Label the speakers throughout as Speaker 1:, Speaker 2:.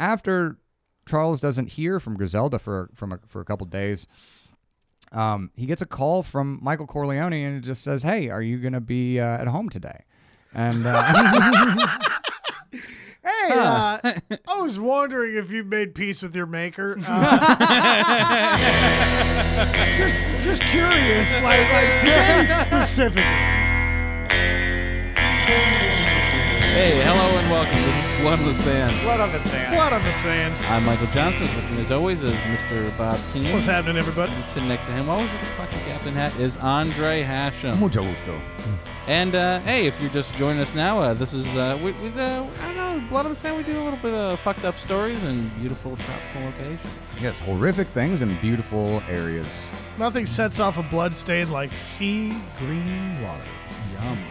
Speaker 1: after Charles doesn't hear from Griselda for from a, for a couple days, um, he gets a call from Michael Corleone and it just says, "Hey, are you gonna be uh, at home today?" And uh,
Speaker 2: Hey, uh, I was wondering if you made peace with your maker. Uh, just, just curious, like, like today specifically.
Speaker 3: Hey, hello and welcome. This is Blood on the Sand.
Speaker 4: Blood on the sand.
Speaker 2: Blood on the sand.
Speaker 3: I'm Michael Johnson. With me as always is Mr. Bob Keane.
Speaker 2: What's happening, everybody?
Speaker 3: And sitting next to him, always with the fucking captain hat, is Andre Hashem.
Speaker 4: Mucho gusto.
Speaker 3: And uh, hey, if you're just joining us now, uh, this is uh, we, we, uh, I don't know Blood on the Sand. We do a little bit of fucked up stories and beautiful tropical locations.
Speaker 1: yes, horrific things in beautiful areas.
Speaker 2: Nothing sets off a blood stain like sea green water.
Speaker 3: Yum.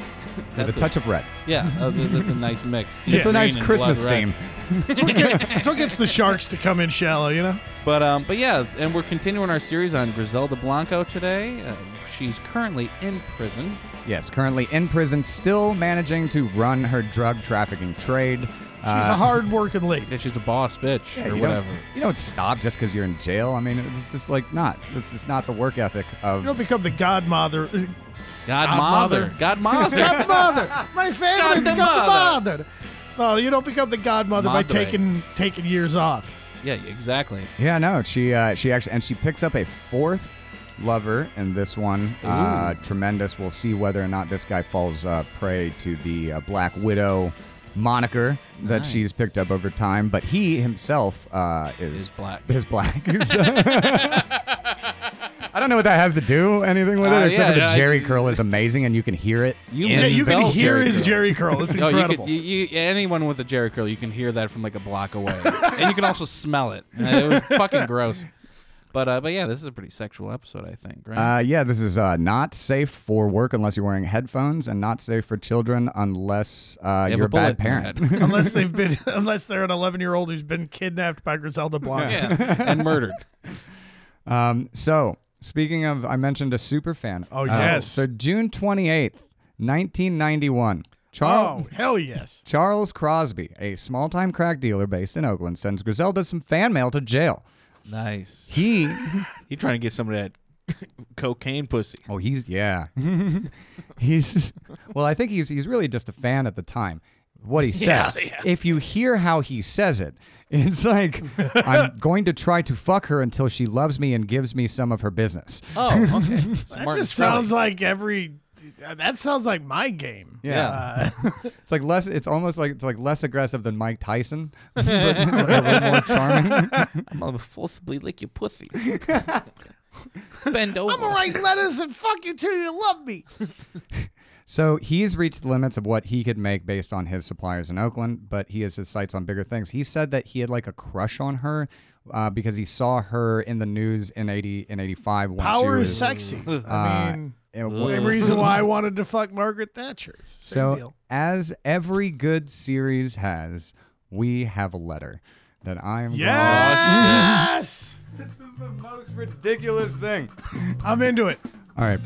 Speaker 1: With a touch of red.
Speaker 3: yeah. uh, th- that's a nice mix.
Speaker 1: it's a nice
Speaker 3: Green and
Speaker 1: Christmas
Speaker 3: blood red.
Speaker 1: theme.
Speaker 2: That's what, get, that's what gets the sharks to come in shallow, you know?
Speaker 3: But um, but yeah, and we're continuing our series on Griselda Blanco today. Uh, she's currently in prison.
Speaker 1: Yes, currently in prison, still managing to run her drug trafficking trade. Uh,
Speaker 2: She's
Speaker 3: Uh,
Speaker 2: a hard-working
Speaker 3: Yeah,
Speaker 2: lady.
Speaker 3: she's a boss bitch or
Speaker 1: you
Speaker 3: whatever.
Speaker 1: Don't, you don't stop just because you're in jail. I mean, it's just like not. It's just not the work ethic of.
Speaker 2: You don't become the godmother. Uh,
Speaker 3: Godmother. Godmother.
Speaker 2: Godmother! My favorite
Speaker 3: Godmother.
Speaker 2: godmother! No, you don't become the godmother by
Speaker 3: Madre.
Speaker 2: taking taking years off.
Speaker 3: yeah, exactly.
Speaker 1: Yeah, no, she uh, she actually and she picks up a fourth lover in this one. Uh, tremendous. We'll see whether or not this guy falls uh, prey to the uh, Black Widow moniker that
Speaker 3: Nice.
Speaker 1: she's picked up over time. But he himself uh, is
Speaker 3: Is black.
Speaker 1: Is black. So- I don't know what that has to do anything with it,
Speaker 3: Uh,
Speaker 1: except
Speaker 3: yeah,
Speaker 1: that
Speaker 3: yeah,
Speaker 1: the
Speaker 3: I-
Speaker 1: Jerry curl is amazing and you can hear it.
Speaker 3: You
Speaker 1: in
Speaker 2: Yeah, you can
Speaker 3: Spell
Speaker 2: hear
Speaker 3: Jerry
Speaker 2: his
Speaker 3: curl.
Speaker 2: Jerry curl. It's
Speaker 3: Oh, you
Speaker 2: incredible.
Speaker 3: could, you, you, anyone with a Jerry curl, you can hear that from like a block away, and you can also smell it. Uh, It was fucking gross. But uh, but yeah, this is a pretty sexual episode, I think. Right?
Speaker 1: Uh, yeah, this is uh, not safe for work unless you're wearing headphones, and not safe for children unless uh,
Speaker 3: You have
Speaker 1: you're a,
Speaker 3: bullet
Speaker 1: bad
Speaker 3: in your
Speaker 1: parent.
Speaker 3: head.
Speaker 2: unless they've been unless they're an 11 year old who's been kidnapped by Griselda Blanca.
Speaker 3: yeah, and murdered.
Speaker 1: Um, so, speaking of, I mentioned a super fan.
Speaker 2: Oh,
Speaker 1: Uh,
Speaker 2: yes.
Speaker 1: so, June 28th, 1991, Charles,
Speaker 2: Oh hell yes!
Speaker 1: Charles Crosby, a small time crack dealer based in Oakland, sends Griselda some fan mail to jail.
Speaker 3: Nice.
Speaker 1: He,
Speaker 3: You trying to get some of that cocaine pussy?
Speaker 1: oh, he's, yeah. he's, well, I think he's, he's really just a fan at the time. What he says. If you hear how he says it, it's like, I'm going to try to fuck her until she loves me and gives me some of her business.
Speaker 3: Oh, okay.
Speaker 2: That just sounds like every. That sounds like my game. Uh,
Speaker 3: yeah.
Speaker 1: It's like less. It's almost like it's like less aggressive than Mike Tyson, but a little more charming.
Speaker 3: I'm gonna forcibly lick your pussy. Bend over.
Speaker 2: I'm gonna write letters and fuck you till you love me.
Speaker 1: So he's reached the limits of what he could make based on his suppliers in Oakland, but he has his sights on bigger things. He said that he had like a crush on her uh, because he saw her in the news in eighty in eighty five when she
Speaker 2: Power
Speaker 1: was.
Speaker 2: is sexy. I
Speaker 1: uh,
Speaker 2: mean,
Speaker 1: it wa-
Speaker 2: same reason why I wanted to fuck Margaret Thatcher. Same
Speaker 1: So,
Speaker 2: deal.
Speaker 1: as every good series has, we have a letter that I am.
Speaker 2: Yes,
Speaker 1: This is the most ridiculous thing.
Speaker 2: I'm into it.
Speaker 1: All right.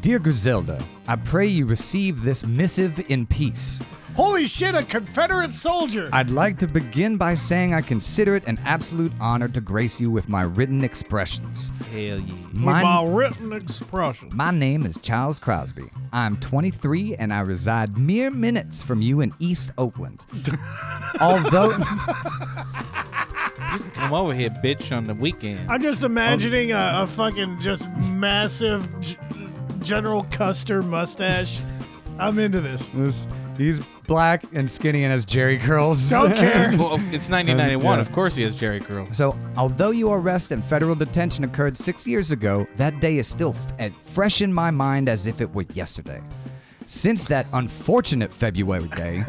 Speaker 1: Dear Griselda, I pray you receive this missive in peace.
Speaker 2: Holy shit! A Confederate soldier.
Speaker 1: I'd like to begin by saying I consider it an absolute honor to grace you with my written expressions.
Speaker 3: Hell yeah.
Speaker 2: with my
Speaker 1: My,
Speaker 2: written expression.
Speaker 1: my name is Charles Crosby. I'm 23 and I reside mere minutes from you in East Oakland. Although,
Speaker 3: Come over here, bitch, on the weekend.
Speaker 2: I'm just imagining a, a fucking just massive G- General Custer mustache. I'm into this.
Speaker 1: this, he's black and skinny and has Jerry curls.
Speaker 2: Don't care.
Speaker 3: well, of- it's 1991.
Speaker 1: Yeah.
Speaker 3: Of course he has Jerry curl.
Speaker 1: So, although your arrest and federal detention occurred six years ago, that day is still f- eh, fresh in my mind as if it were yesterday. Since that unfortunate February day,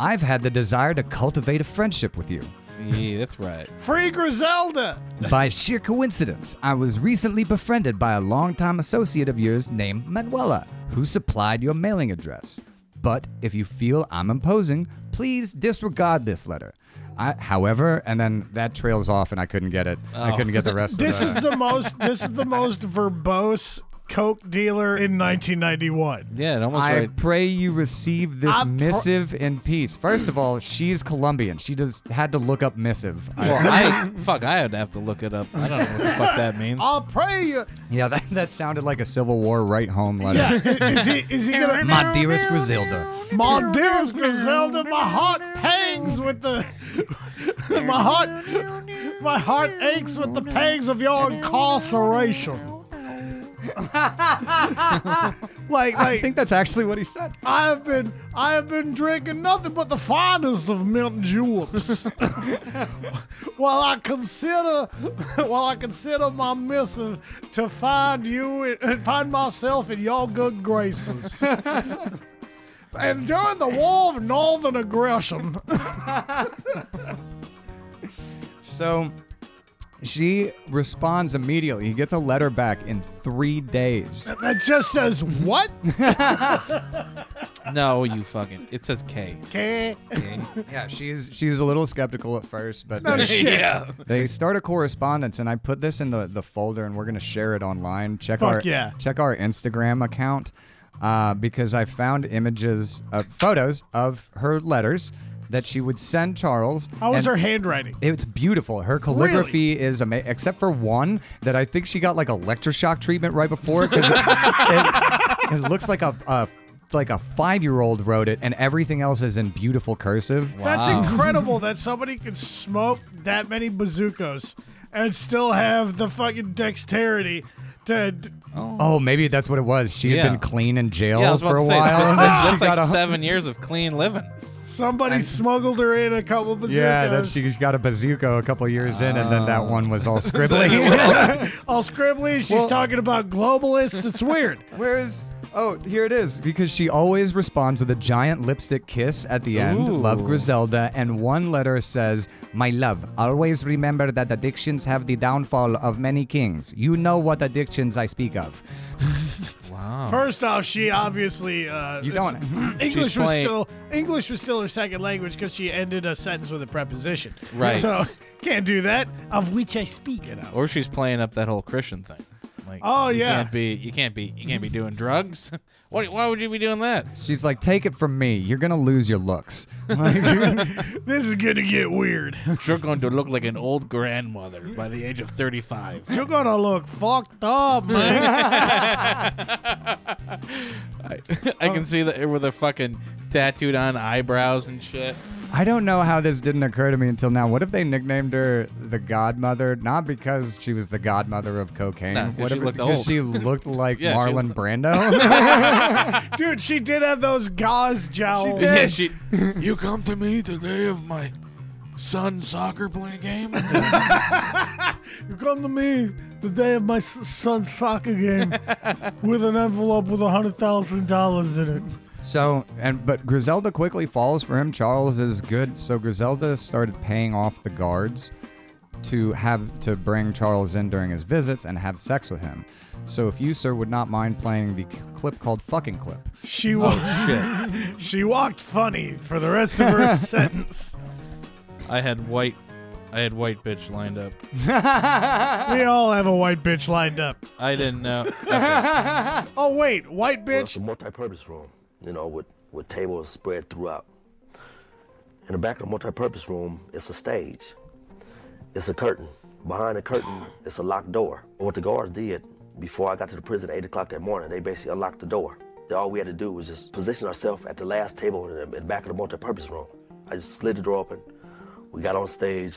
Speaker 1: I've had the desire to cultivate a friendship with you.
Speaker 3: Yeah, that's right.
Speaker 2: Free Griselda.
Speaker 1: By sheer coincidence, I was recently befriended by a longtime associate of yours named Manuela, who supplied your mailing address. But if you feel I'm imposing, please disregard this letter. I, however, and then that trails off, and I couldn't get it. I couldn't get the rest.
Speaker 2: This
Speaker 1: of
Speaker 2: is the most. This is the most verbose coke dealer in 1991.
Speaker 3: Yeah, it almost
Speaker 1: I
Speaker 3: right.
Speaker 1: pray you receive this
Speaker 2: I pr-
Speaker 1: missive in peace. First of all, she's Colombian. She just had to look up missive. I-
Speaker 3: Well, I fuck. I would have to look it up. I don't know what the fuck that means.
Speaker 2: I'll pray you.
Speaker 1: yeah, that, that sounded like a Civil War right home letter.
Speaker 2: Yeah, is he is he gonna?
Speaker 1: My dearest Griselda.
Speaker 2: My dearest Griselda, my heart pangs with the my heart my heart aches with the pangs of your incarceration. like
Speaker 1: I
Speaker 2: like
Speaker 1: think that's actually what he said.
Speaker 2: I have been I have been drinking nothing but the finest of mint juleps. while I consider while I consider my missive to find you and find myself in your good graces. and during the war of northern aggression,
Speaker 1: So she responds immediately. He gets a letter back in three days.
Speaker 2: that just says what?
Speaker 3: No, you fucking. It says K.
Speaker 2: Okay.
Speaker 1: Yeah, she's she's a little skeptical at first, but
Speaker 2: No
Speaker 1: they,
Speaker 2: shit.
Speaker 1: they start a correspondence, and I put this in the, the folder, and we're gonna share it online. Check
Speaker 2: Fuck
Speaker 1: our
Speaker 2: yeah.
Speaker 1: check our Instagram account uh, because I found images, of, photos of her letters that she would send Charles.
Speaker 2: How was
Speaker 1: and
Speaker 2: her handwriting?
Speaker 1: It's beautiful. Her calligraphy is amazing, except for one that I think she got like electroshock treatment right before because it, it, it looks like a, a like a five year old wrote it, and everything else is in beautiful cursive.
Speaker 2: That's incredible that somebody can smoke that many bazookas and still have the fucking dexterity to.
Speaker 1: Oh, maybe that's what it was. She had
Speaker 3: Yeah.
Speaker 1: been clean in jail
Speaker 3: Yeah, I was about
Speaker 1: for a
Speaker 3: to say. it's
Speaker 1: while.
Speaker 3: been-
Speaker 1: and then
Speaker 3: that's
Speaker 1: she
Speaker 3: like
Speaker 1: got a,
Speaker 3: seven years of clean living.
Speaker 2: Somebody smuggled her in a couple bazookas.
Speaker 1: yeah, then she got a bazooka a couple years in, and then
Speaker 3: Oh.
Speaker 1: that one was all scribbling.
Speaker 2: all scribbly. She's
Speaker 1: Well-
Speaker 2: talking about globalists. It's weird.
Speaker 1: Whereas, oh, here it is. Because she always responds with a giant lipstick kiss at the end.
Speaker 3: Ooh.
Speaker 1: Love Griselda. And one letter says, My love, always remember that addictions have the downfall of many kings. You know what addictions I speak of.
Speaker 3: Wow.
Speaker 2: First off, she obviously uh,
Speaker 1: Oh. You don't-
Speaker 2: English
Speaker 3: She's
Speaker 2: was
Speaker 3: playing-
Speaker 2: still English was still her second language because she ended a sentence with a preposition.
Speaker 3: Right.
Speaker 2: So can't do that. Of which I speak. You know.
Speaker 3: Or she's playing up that whole Christian thing. Like,
Speaker 2: Oh,
Speaker 3: you
Speaker 2: yeah.
Speaker 3: Can't be. You can't be. You can't be doing drugs. Why, why would you be doing that?
Speaker 1: She's like, Take it from me. You're going to lose your looks.
Speaker 2: This is gonna get weird.
Speaker 3: You're going to look like an old grandmother by the age of 35.
Speaker 2: You're gonna look fucked up, man.
Speaker 3: I, I
Speaker 1: Oh.
Speaker 3: can see that with the fucking tattooed on eyebrows and shit.
Speaker 1: I don't know how this didn't occur to me until now. What if they nicknamed her the Godmother? Not because she was the godmother of cocaine.
Speaker 3: No, 'cause
Speaker 1: What
Speaker 3: she
Speaker 1: if-
Speaker 3: looked
Speaker 1: because
Speaker 3: old.
Speaker 1: she looked like
Speaker 3: Yeah, she
Speaker 1: Marlon
Speaker 3: looked-
Speaker 1: Brando.
Speaker 2: Dude, she did have those gauze jowls.
Speaker 3: Yeah, she. you come to me the day of my son's soccer play game.
Speaker 2: You come to me the day of my s- son's soccer game with an envelope with a hundred thousand dollars in it.
Speaker 1: so, and but Griselda quickly falls for him. Charles is good. So Griselda started paying off the guards to have to bring Charles in during his visits and have sex with him. So if you sir would not mind playing the c- clip called "Fucking Clip."
Speaker 2: She wa-
Speaker 3: Oh,
Speaker 2: she walked funny for the rest of her sentence.
Speaker 3: I had white. I had white bitch lined up.
Speaker 2: We all have a white bitch lined up.
Speaker 3: I didn't know.
Speaker 2: Oh wait, white bitch.
Speaker 4: It's a multi-purpose room, you know, with, with tables spread throughout. In the back of the multi-purpose room, it's a stage. It's a curtain. Behind the curtain, it's a locked door. What the guards did before I got to the prison at 8 o'clock that morning, they basically unlocked the door. All we had to do was just position ourselves at the last table in the, in the back of the multi-purpose room. I just slid the door open. We got on stage.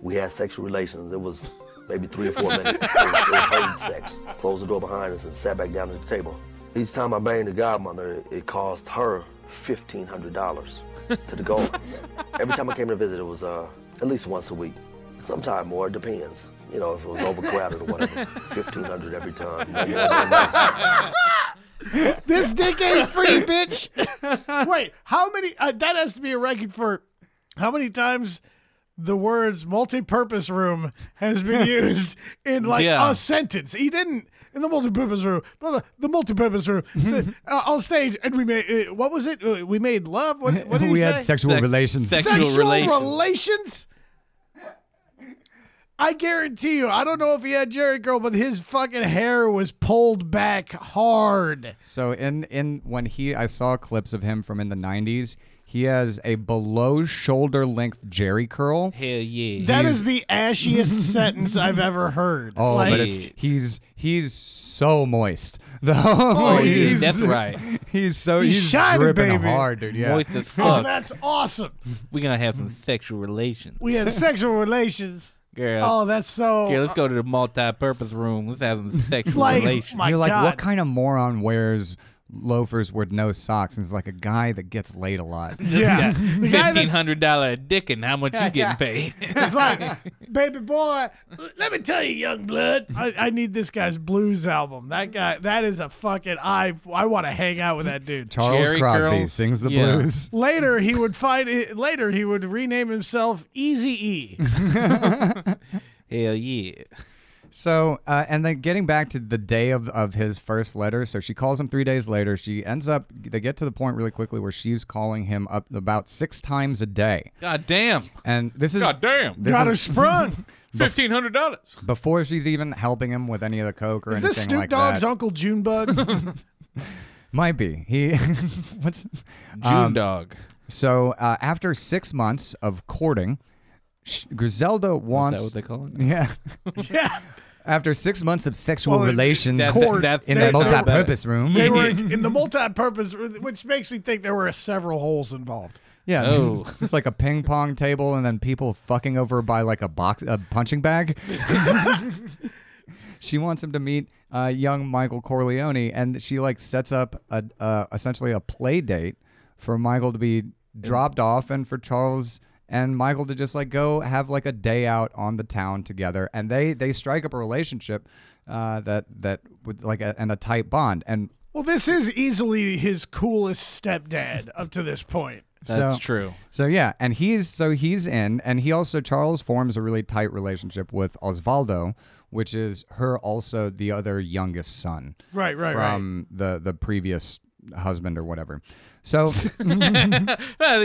Speaker 4: We had sexual relations. It was maybe three or four minutes. It was, it was hurting sex. Closed the door behind us and sat back down at the table. Each time I banged the godmother, it cost her fifteen hundred dollars to the guards. Every time I came to visit, it was uh, at least once a week. Sometime more, it depends. You know, if it was overcrowded or whatever. Fifteen hundred every time. You know, more than enough.
Speaker 2: This dick ain't free, bitch. Wait, how many? Uh, that has to be a record for how many times the words multi-purpose room has been used in like
Speaker 3: Yeah.
Speaker 2: a sentence. He didn't in the multi-purpose room. Blah, blah, the multi-purpose room the, uh, on stage, and we made uh, what was it? Uh, We made love. What, what did
Speaker 1: we
Speaker 2: he
Speaker 1: had
Speaker 2: say?
Speaker 1: sexual
Speaker 3: Sex-
Speaker 1: relations.
Speaker 3: sex-
Speaker 2: Sexual
Speaker 3: Sexual relations.
Speaker 2: relations. I guarantee you, I don't know if he had Jerry Curl, but his fucking hair was pulled back hard.
Speaker 1: So in in when he I saw clips of him from in the 90s, he has a below shoulder length jerry curl.
Speaker 3: Hell yeah.
Speaker 2: That is the ashiest sentence I've ever heard.
Speaker 1: Oh,
Speaker 2: Like,
Speaker 1: but it's he's he's so moist though. Oh,
Speaker 2: he's-
Speaker 3: that's right.
Speaker 1: He's so
Speaker 2: He's
Speaker 1: he's,
Speaker 2: shining,
Speaker 1: dripping
Speaker 2: baby.
Speaker 1: hard, dude. Yeah.
Speaker 3: Moist as
Speaker 2: oh,
Speaker 3: fuck.
Speaker 2: that's awesome.
Speaker 3: We're gonna have some sexual relations.
Speaker 2: We have sexual relations.
Speaker 3: Girl.
Speaker 2: Oh, that's so.
Speaker 3: Okay, let's go to the multi-purpose room. Let's have some sexual
Speaker 2: Like,
Speaker 3: relations.
Speaker 2: Oh my
Speaker 1: You're like,
Speaker 2: God.
Speaker 1: what kind of moron wears loafers with no socks? And it's like a guy that gets laid a lot.
Speaker 2: Yeah. The guy that's-
Speaker 3: Fifteen hundred dollar dick and how much you getting paid?
Speaker 2: It's like, baby boy, l- let me tell you, young blood, I, I need this guy's blues album. That guy, that is a fucking. I I want to hang out with that dude.
Speaker 1: Charles
Speaker 3: Jerry
Speaker 1: Crosby
Speaker 3: curls?
Speaker 1: sings the
Speaker 3: Yeah.
Speaker 1: blues.
Speaker 2: Later, he would find. it- Later, he would rename himself Easy E.
Speaker 3: Hell yeah.
Speaker 1: So, uh, and then getting back to the day of, of his first letter. So she calls him three days later. She ends up, they get to the point really quickly where she's calling him up about six times a day.
Speaker 3: God damn.
Speaker 1: And this is
Speaker 3: God damn.
Speaker 1: This
Speaker 2: Got her
Speaker 1: is
Speaker 2: sprung.
Speaker 3: Fifteen hundred dollars.
Speaker 1: before she's even helping him with any of the coke or
Speaker 2: Is
Speaker 1: anything
Speaker 2: this Snoop
Speaker 1: like
Speaker 2: Dogg's
Speaker 1: that.
Speaker 2: Uncle Junebug?
Speaker 1: Might be. He, what's,
Speaker 3: June dog.
Speaker 1: so uh, after six months of courting, sh- Griselda
Speaker 3: Is
Speaker 1: wants.
Speaker 3: that what they call it?
Speaker 1: Yeah.
Speaker 2: yeah,
Speaker 1: After six months of sexual
Speaker 2: Well,
Speaker 1: relations
Speaker 3: That's
Speaker 2: Cord.
Speaker 3: that,
Speaker 1: in
Speaker 2: they-
Speaker 1: the
Speaker 3: that's not better.
Speaker 1: multi-purpose room.
Speaker 2: they were in the multi-purpose, which makes me think there were several holes involved.
Speaker 1: Yeah,
Speaker 3: Oh.
Speaker 1: it's like a ping pong table, and then people fucking over by like a box, a punching bag. she wants him to meet uh, young Michael Corleone, and she like sets up a uh, essentially a play date for Michael to be dropped off, and for Charles and Michael to just like go have like a day out on the town together, and they they strike up a relationship uh, that that with like a, and a tight bond, and
Speaker 2: Well, this is easily his coolest stepdad up to this point.
Speaker 3: That's
Speaker 1: So-
Speaker 3: true.
Speaker 1: So yeah, and he's so he's in, and he also Charles forms a really tight relationship with Osvaldo, which is her also the other youngest son
Speaker 2: Right, right, right.
Speaker 1: from the the previous husband or whatever. So
Speaker 3: Uh,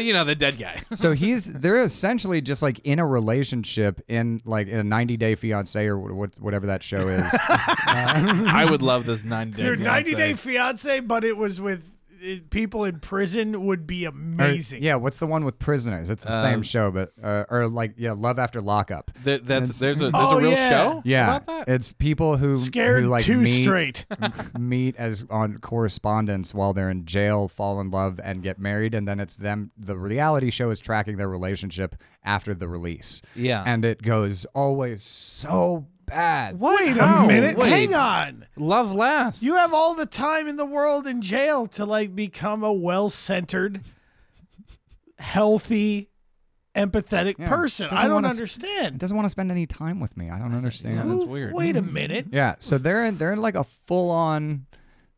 Speaker 3: you know the dead guy.
Speaker 1: so he's they're essentially just like in a relationship in like in a 90 day fiance or what, whatever that show is.
Speaker 3: I would love this ninety day.
Speaker 2: Your 90
Speaker 3: fiancé.
Speaker 2: Day Fiance, but it was with it, people in prison would be
Speaker 1: Or-
Speaker 2: amazing. Um,
Speaker 1: yeah, what's the one with prisoners? It's the same show, but uh, or like yeah, Love After Lockup.
Speaker 3: There, that's, there's a there's
Speaker 2: Oh,
Speaker 3: a real
Speaker 2: yeah.
Speaker 3: show.
Speaker 1: Yeah,
Speaker 3: About that?
Speaker 1: it's people who
Speaker 2: Scared
Speaker 1: who like
Speaker 2: too
Speaker 1: meet-
Speaker 2: straight.
Speaker 1: meet as on correspondence while they're in jail, fall in love, and get married, and then it's them. The reality show is tracking their relationship after the release.
Speaker 3: Yeah.
Speaker 1: and it goes always so bad.
Speaker 2: Wait
Speaker 3: How?
Speaker 2: a minute.
Speaker 3: Wait.
Speaker 2: Hang on.
Speaker 3: Love lasts.
Speaker 2: You have all the time in the world in jail to like become a well-centered, healthy, empathetic
Speaker 1: Yeah.
Speaker 2: person.
Speaker 1: Doesn't
Speaker 2: I don't
Speaker 1: wanna s-
Speaker 2: understand.
Speaker 1: Doesn't want to spend any time with me. I don't understand.
Speaker 3: Yeah, that's weird.
Speaker 2: Wait a minute.
Speaker 1: Yeah, so they're in they're in like a full on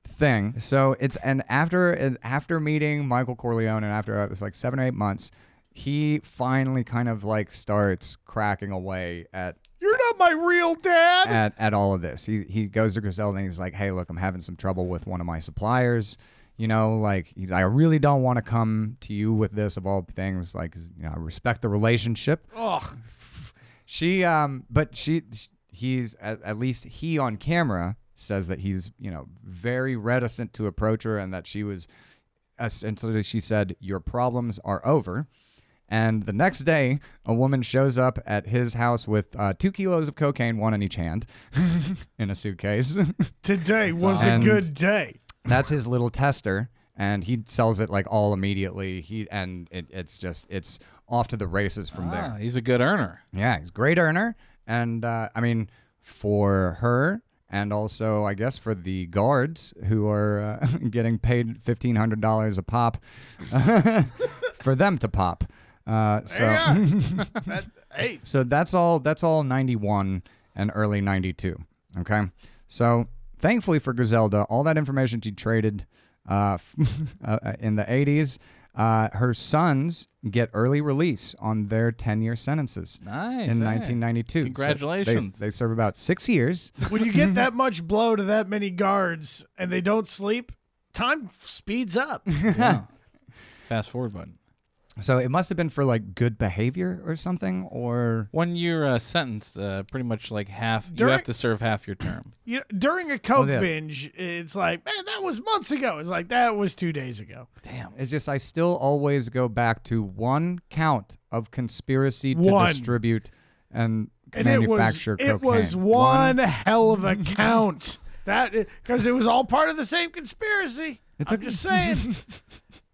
Speaker 1: thing. So it's and after and after meeting Michael Corleone and after uh, it was like seven or eight months, he finally kind of like starts cracking away at
Speaker 2: You're not my real dad.
Speaker 1: at, at all of this. He he goes to Griselda and he's like, "Hey, look, I'm having some trouble with one of my suppliers. You know, like he's, I really don't want to come to you with this of all things. Like, 'cause, you know, I respect the relationship.
Speaker 2: Ugh.
Speaker 1: She um, but she he's at, at least he on camera says that he's you know very reticent to approach her and that she was uh, essentially she said your problems are over. And the next day, a woman shows up at his house with uh, two kilos of cocaine, one in each hand, in a suitcase.
Speaker 2: Today was a
Speaker 1: awesome.
Speaker 2: good day.
Speaker 1: That's his little tester, and he sells it like all immediately. He and it, it's just it's off to the races from
Speaker 3: Ah,
Speaker 1: there.
Speaker 3: he's a good earner.
Speaker 1: Yeah, he's a great earner, and uh, I mean for her. And also, I guess for the guards who are uh, getting paid fifteen hundred dollars a pop, for them to pop. Uh, so,
Speaker 2: Hey,
Speaker 1: so that's all. That's all '91 and early '92. Okay. So thankfully for Griselda, all that information she traded uh, uh, in the '80s, uh, her sons get early release on their 10-year sentences.
Speaker 3: Nice.
Speaker 1: In
Speaker 3: hey.
Speaker 1: 1992. So they-
Speaker 3: Congratulations.
Speaker 1: they, serve about six years.
Speaker 2: when you get that much blow to that many guards and they don't sleep, time speeds up.
Speaker 3: Yeah. Fast forward button.
Speaker 1: So it must have been for like good behavior or something, or
Speaker 3: When you're uh, sentenced, uh, pretty much like half, you
Speaker 2: During-
Speaker 3: have to serve half your term.
Speaker 2: You during a coke
Speaker 1: yeah.
Speaker 2: binge, it's like, man, that was months ago. It's like that was two days ago.
Speaker 3: Damn.
Speaker 1: it's just I still always go back to one count of conspiracy to
Speaker 2: One.
Speaker 1: distribute and,
Speaker 2: And it was
Speaker 1: manufacture
Speaker 2: it
Speaker 1: cocaine.
Speaker 2: was one, hell of a count. That because it was all part of the same conspiracy. I'm just saying.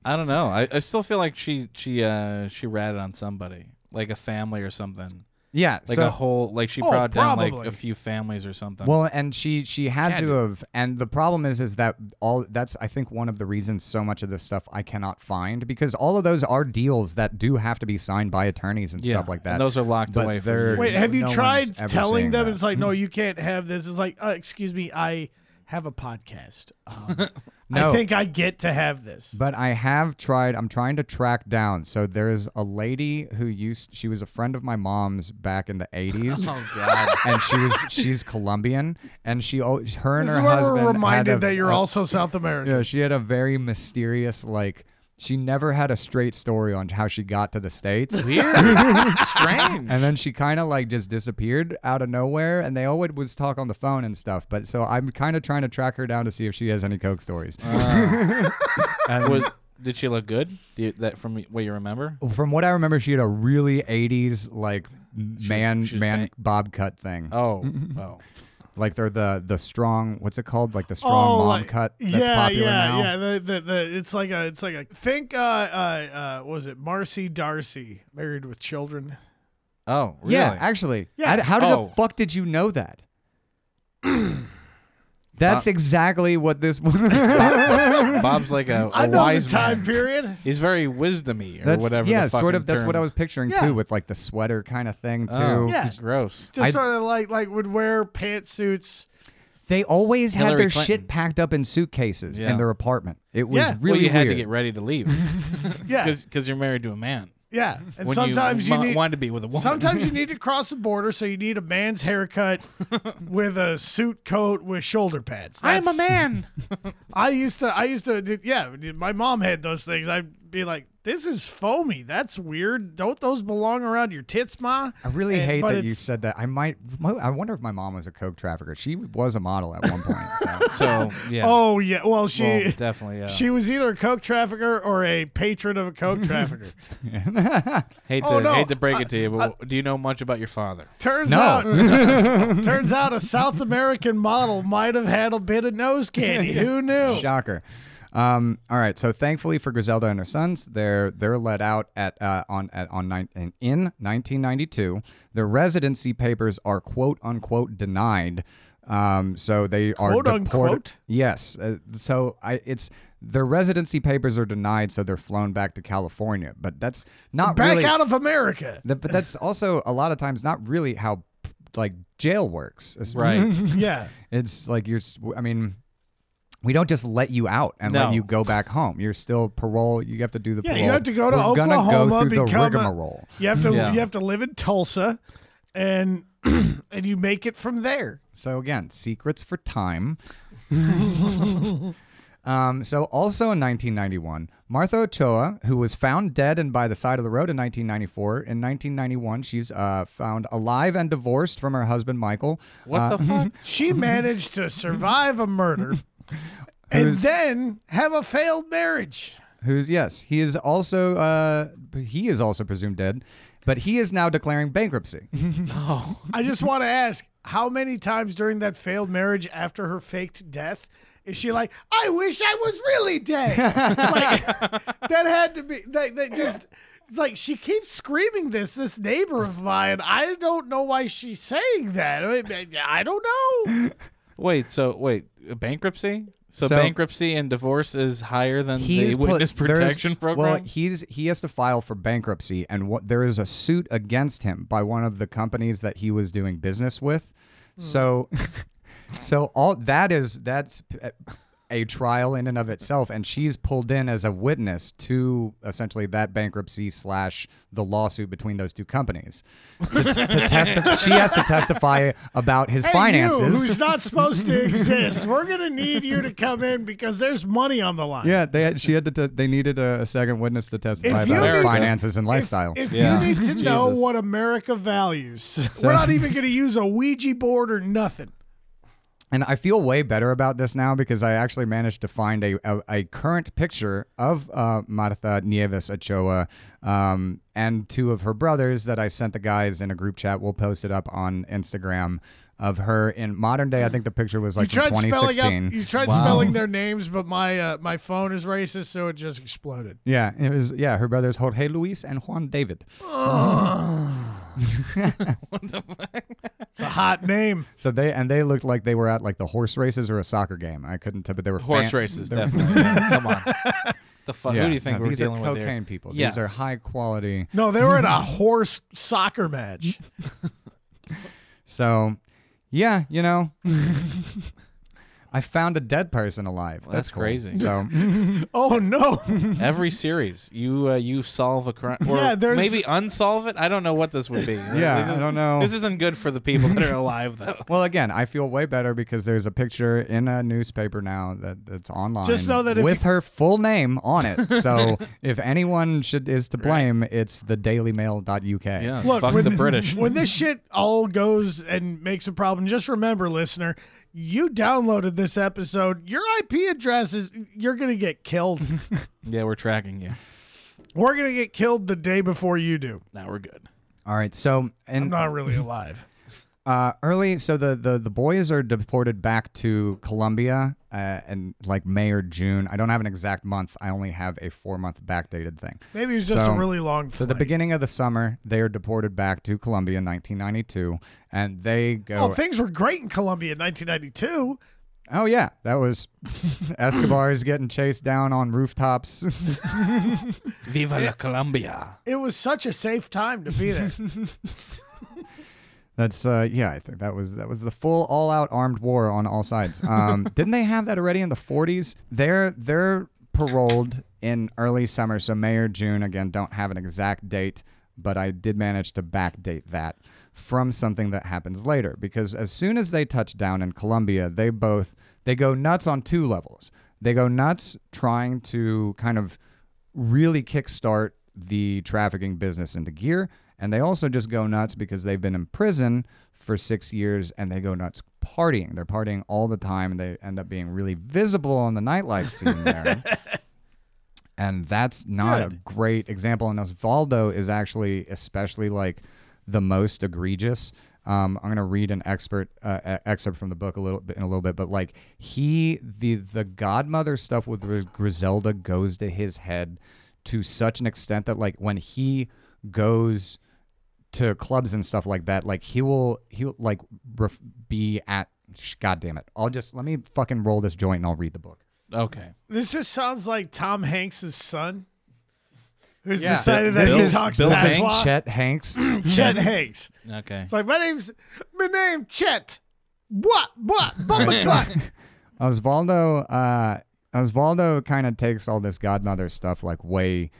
Speaker 3: I don't know. I, I still feel like she she uh she ratted on somebody, like a family or something,
Speaker 1: yeah,
Speaker 3: like
Speaker 1: so
Speaker 3: a whole like she
Speaker 2: Oh,
Speaker 3: brought down like
Speaker 2: probably.
Speaker 3: a few families or something.
Speaker 1: Well, and she she had,
Speaker 3: had
Speaker 1: to
Speaker 3: to.
Speaker 1: have, and the problem is, is that all that's I think one of the reasons so much of this stuff I cannot find because all of those are deals that do have to be signed by attorneys and
Speaker 3: Yeah,
Speaker 1: stuff like that.
Speaker 3: and those are locked
Speaker 1: but
Speaker 3: away for
Speaker 1: they're-
Speaker 3: years.
Speaker 2: Wait, have you
Speaker 1: no
Speaker 2: tried
Speaker 1: one's ever
Speaker 2: telling
Speaker 1: seeing
Speaker 2: them?
Speaker 1: that.
Speaker 2: It's like, no, you can't have this. It's like, uh, excuse me, I have a podcast. Um,
Speaker 1: No.
Speaker 2: I think I get to have this.
Speaker 1: But I have tried. I'm trying to track down. So there is a lady who used. She was a friend of my mom's back in the 80s.
Speaker 3: oh god.
Speaker 1: And she was she's Colombian, and she al- her and
Speaker 2: this is
Speaker 1: her
Speaker 2: where
Speaker 1: husband
Speaker 2: we're
Speaker 1: had
Speaker 2: reminded
Speaker 1: a-
Speaker 2: that you're
Speaker 1: a-
Speaker 2: also South American.
Speaker 1: Yeah, she had a very mysterious like. She never had a straight story on how she got to the states.
Speaker 3: Weird. Strange.
Speaker 1: And then she kind of like just disappeared out of nowhere, and they always was talk on the phone and stuff. But so I'm kind of trying to track her down to see if she has any coke stories.
Speaker 3: Was, did she look good? Do you, that from what you remember?
Speaker 1: From what I remember, she had a really '80s like man
Speaker 3: she's
Speaker 1: man
Speaker 3: bang-
Speaker 1: bob cut thing.
Speaker 3: Oh, oh.
Speaker 1: Like they're the the strong. What's it called? Like the strong mom
Speaker 2: Oh, like-
Speaker 1: cut that's
Speaker 2: yeah,
Speaker 1: popular
Speaker 2: yeah,
Speaker 1: now.
Speaker 2: yeah. The, the, the, it's like a, it's like a. Think, uh, uh, uh, what was it Marcy Darcy, married with children?
Speaker 3: Oh, really?
Speaker 1: Yeah, actually.
Speaker 2: Yeah.
Speaker 1: I- how did
Speaker 3: Oh.
Speaker 1: the fuck did you know that? That's exactly what this.
Speaker 3: Bob's like a,
Speaker 2: I
Speaker 3: a
Speaker 2: know the
Speaker 3: wise
Speaker 2: time
Speaker 3: man.
Speaker 2: period.
Speaker 3: He's very wisdomy or
Speaker 1: that's
Speaker 3: whatever.
Speaker 1: yeah,
Speaker 3: the
Speaker 1: sort
Speaker 3: fucking
Speaker 1: of. That's what
Speaker 3: term.
Speaker 1: I was picturing
Speaker 2: Yeah.
Speaker 1: too, with like the sweater kind of thing too.
Speaker 3: Oh,
Speaker 2: Yeah.
Speaker 3: gross.
Speaker 2: Just
Speaker 1: I-
Speaker 2: sort of like like would wear pantsuits.
Speaker 1: They always had
Speaker 3: Hillary
Speaker 1: their
Speaker 3: Clinton.
Speaker 1: shit packed up in suitcases
Speaker 3: Yeah.
Speaker 1: in their apartment. It was
Speaker 2: Yeah. Well,
Speaker 1: really
Speaker 3: well, you had
Speaker 1: weird.
Speaker 3: to get ready to leave
Speaker 2: Yeah,
Speaker 3: because you're married to a man.
Speaker 2: yeah. And
Speaker 3: When
Speaker 2: sometimes you,
Speaker 3: mo-
Speaker 2: need
Speaker 3: wanted to be with a woman.
Speaker 2: Sometimes you need to cross the border, so you need a man's haircut with a suit coat with shoulder pads. That's-
Speaker 3: man.
Speaker 2: I used to, I used to, did- yeah. My mom had those things. I'd be like, "This is foamy. That's weird. Don't those belong around your tits, ma?"
Speaker 1: I really
Speaker 2: And-
Speaker 1: hate
Speaker 2: but
Speaker 1: that you
Speaker 2: it's-
Speaker 1: said that. I might. I wonder if my mom was a coke trafficker. She was a model at one point. so.
Speaker 3: so yeah.
Speaker 2: Oh yeah. Well, she.
Speaker 3: Well, definitely. Yeah.
Speaker 2: she was either a coke trafficker or a patron of a coke trafficker.
Speaker 3: hate to
Speaker 2: Oh, no.
Speaker 3: hate to break it to you, but do you know much about your father?
Speaker 2: Turns
Speaker 1: No.
Speaker 2: out, turns out, a South American model might have had a bit of nose candy. Who knew?
Speaker 1: Shocker. Um, all right. So thankfully for Griselda and her sons, they're they're let out at uh, on at, on nine in, in 1992. Their residency papers are quote unquote denied. Um, so they are
Speaker 2: Quote,
Speaker 1: deported-
Speaker 2: unquote?
Speaker 1: Yes. Uh, so I it's their residency papers are denied, so they're flown back to California. But that's not
Speaker 2: Back
Speaker 1: really
Speaker 2: out of America.
Speaker 1: that, but that's also a lot of times not really how like jail works. It's-
Speaker 2: Yeah.
Speaker 1: It's like you're. s- I mean, we don't just let you out and
Speaker 3: No.
Speaker 1: let you go back home. You're still parole. You have to do the
Speaker 2: Yeah, you
Speaker 1: parole.
Speaker 2: have to go to
Speaker 1: We're gonna go
Speaker 2: Oklahoma,
Speaker 1: through the
Speaker 2: become a-
Speaker 1: rigmarole.
Speaker 2: You have to
Speaker 3: Yeah.
Speaker 2: you have to live in Tulsa, and and you make it from there.
Speaker 1: So again, secrets for time. um, so also in 1991, Martha Ochoa, who was found dead and by the side of the road in 1994, in 1991 she's uh, found alive and divorced from her husband Michael.
Speaker 3: What
Speaker 1: Uh,
Speaker 3: the fuck?
Speaker 2: She managed to survive a murder, and then have a failed marriage.
Speaker 1: Who's yes, he is also uh, he is also presumed dead, but he is now declaring bankruptcy.
Speaker 2: I just want to ask, how many times during that failed marriage after her faked death? Is she like, I wish I was really dead? like, that had to be, that, that just, it's like she keeps screaming this, this neighbor of mine. I don't know why she's saying that. I, mean, I don't know.
Speaker 3: Wait. So wait. Bankruptcy. So,
Speaker 1: So-
Speaker 3: bankruptcy and divorce is higher than the
Speaker 1: He's put-
Speaker 3: witness
Speaker 1: there's-
Speaker 3: protection program.
Speaker 1: Well, he's he has to file for bankruptcy, and what there is a suit against him by one of the companies that he was
Speaker 2: Hmm.
Speaker 1: doing business with. So, so all that is that's eh, a trial in and of itself, and she's pulled in as a witness to essentially that bankruptcy slash the lawsuit between those two companies. to, to testi- she has to testify about his
Speaker 2: Hey, you,
Speaker 1: finances.
Speaker 2: who's not supposed to exist. We're gonna need you to come in because there's money on the line.
Speaker 1: yeah, they had, she had to. T- they needed a, a second witness to testify
Speaker 2: you
Speaker 1: about his
Speaker 3: need to-
Speaker 1: finances and lifestyle.
Speaker 2: If
Speaker 3: Yeah.
Speaker 2: you need to know
Speaker 3: Jesus.
Speaker 2: what America values, we're not even going to use a Ouija board or nothing.
Speaker 1: And I feel way better about this now because I actually managed to find a, a, a current picture of uh, Martha Nieves Ochoa um, and two of her brothers that I sent the guys in a group chat. We'll post it up on Instagram of her in modern day. I think the picture was
Speaker 2: You
Speaker 1: like from
Speaker 2: tried spelling out,
Speaker 1: 2016.
Speaker 2: you tried spelling their names, but my uh, my phone is racist, so it just exploded.
Speaker 1: yeah, it was. Yeah, her brothers Jorge Luis and Juan David.
Speaker 2: It's a hot name.
Speaker 1: So they and they looked like they were at like the horse races or a soccer game. I couldn't tell, but they were
Speaker 3: Horse
Speaker 1: fan-
Speaker 3: races,
Speaker 1: they were-
Speaker 3: definitely. Come on. The fuck?
Speaker 1: Yeah,
Speaker 3: Who do you think
Speaker 1: no,
Speaker 3: we're
Speaker 1: these
Speaker 3: dealing
Speaker 1: are
Speaker 3: with
Speaker 1: cocaine
Speaker 3: here?
Speaker 1: people?
Speaker 3: Yes.
Speaker 1: These are high quality.
Speaker 2: No, they were at a horse soccer match.
Speaker 1: So, yeah, you know, I found a dead person alive.
Speaker 3: that's
Speaker 1: cool.
Speaker 3: crazy.
Speaker 1: So,
Speaker 2: Oh no!
Speaker 3: Every series, you uh, you solve a crime, or
Speaker 2: Yeah, there's-
Speaker 3: maybe unsolve it. I don't know what this would be.
Speaker 1: Yeah, I don't know.
Speaker 3: This isn't good for the people that are alive though.
Speaker 1: well, again, I feel way better because there's a picture in a newspaper now that that's online.
Speaker 2: Just know that if
Speaker 1: with her full name on it. So, if anyone should is to blame, it's the DailyMail.uk.
Speaker 3: Yeah,
Speaker 2: Look,
Speaker 3: fuck
Speaker 2: when
Speaker 3: the British.
Speaker 2: When this shit all goes and makes a problem, just remember, listener, you downloaded this episode. Your IP address is you're gonna get killed.
Speaker 3: yeah, we're tracking you.
Speaker 2: we're gonna get killed the day before you do.
Speaker 3: Now we're good.
Speaker 1: All right. So,
Speaker 2: I'm
Speaker 1: and
Speaker 2: not really alive.
Speaker 1: uh, early, so the, the the boys are deported back to Colombia uh, and like May or June. I don't have an exact month. I only have a four month backdated thing.
Speaker 2: Maybe it's just
Speaker 1: So-
Speaker 2: a really long. Flight.
Speaker 1: So the beginning of the summer, they are deported back to Colombia in 1992, and they go.
Speaker 2: Oh, things were great in Colombia in 1992.
Speaker 1: oh yeah, that was Escobar's getting chased down on rooftops.
Speaker 3: Viva la Colombia.
Speaker 2: It was such a safe time to be there.
Speaker 1: That's uh, yeah, I think that was that was the full all-out armed war on all sides. Um, didn't they have that already in the 40s? They're they're paroled in early summer, so May or June. Again, don't have an exact date, but I did manage to backdate that from something that happens later because as soon as they touch down in Colombia, they both they go nuts on two levels. They go nuts trying to kind of really kickstart the trafficking business into gear. And they also just go nuts because they've been in prison for six years and they go nuts partying. They're partying all the time and they end up being really visible on the nightlife scene there. and that's not a great example. And Osvaldo is actually especially like the most egregious. Um, I'm gonna read an expert uh, e- excerpt from the book a little bit in a little bit, but like he the the godmother stuff with Gri- Griselda goes to his head to such an extent that like when he goes to clubs and stuff like that, like he will he will like ref- be at. sh- God damn it! I'll just let me fucking roll this joint and I'll read the book.
Speaker 3: Okay.
Speaker 2: this just sounds like Tom Hanks' son, who's
Speaker 1: Yeah.
Speaker 2: decided that
Speaker 3: Bill-
Speaker 2: he talks
Speaker 3: Bill
Speaker 2: Bill
Speaker 3: Hanks?
Speaker 2: Hanks.
Speaker 1: Chet Hanks.
Speaker 2: Chet Hanks.
Speaker 3: Okay.
Speaker 2: It's like my name's my name Chet. What? What? Bumba Clot.
Speaker 1: Osvaldo, uh, Osvaldo kind of takes all this godmother stuff like way,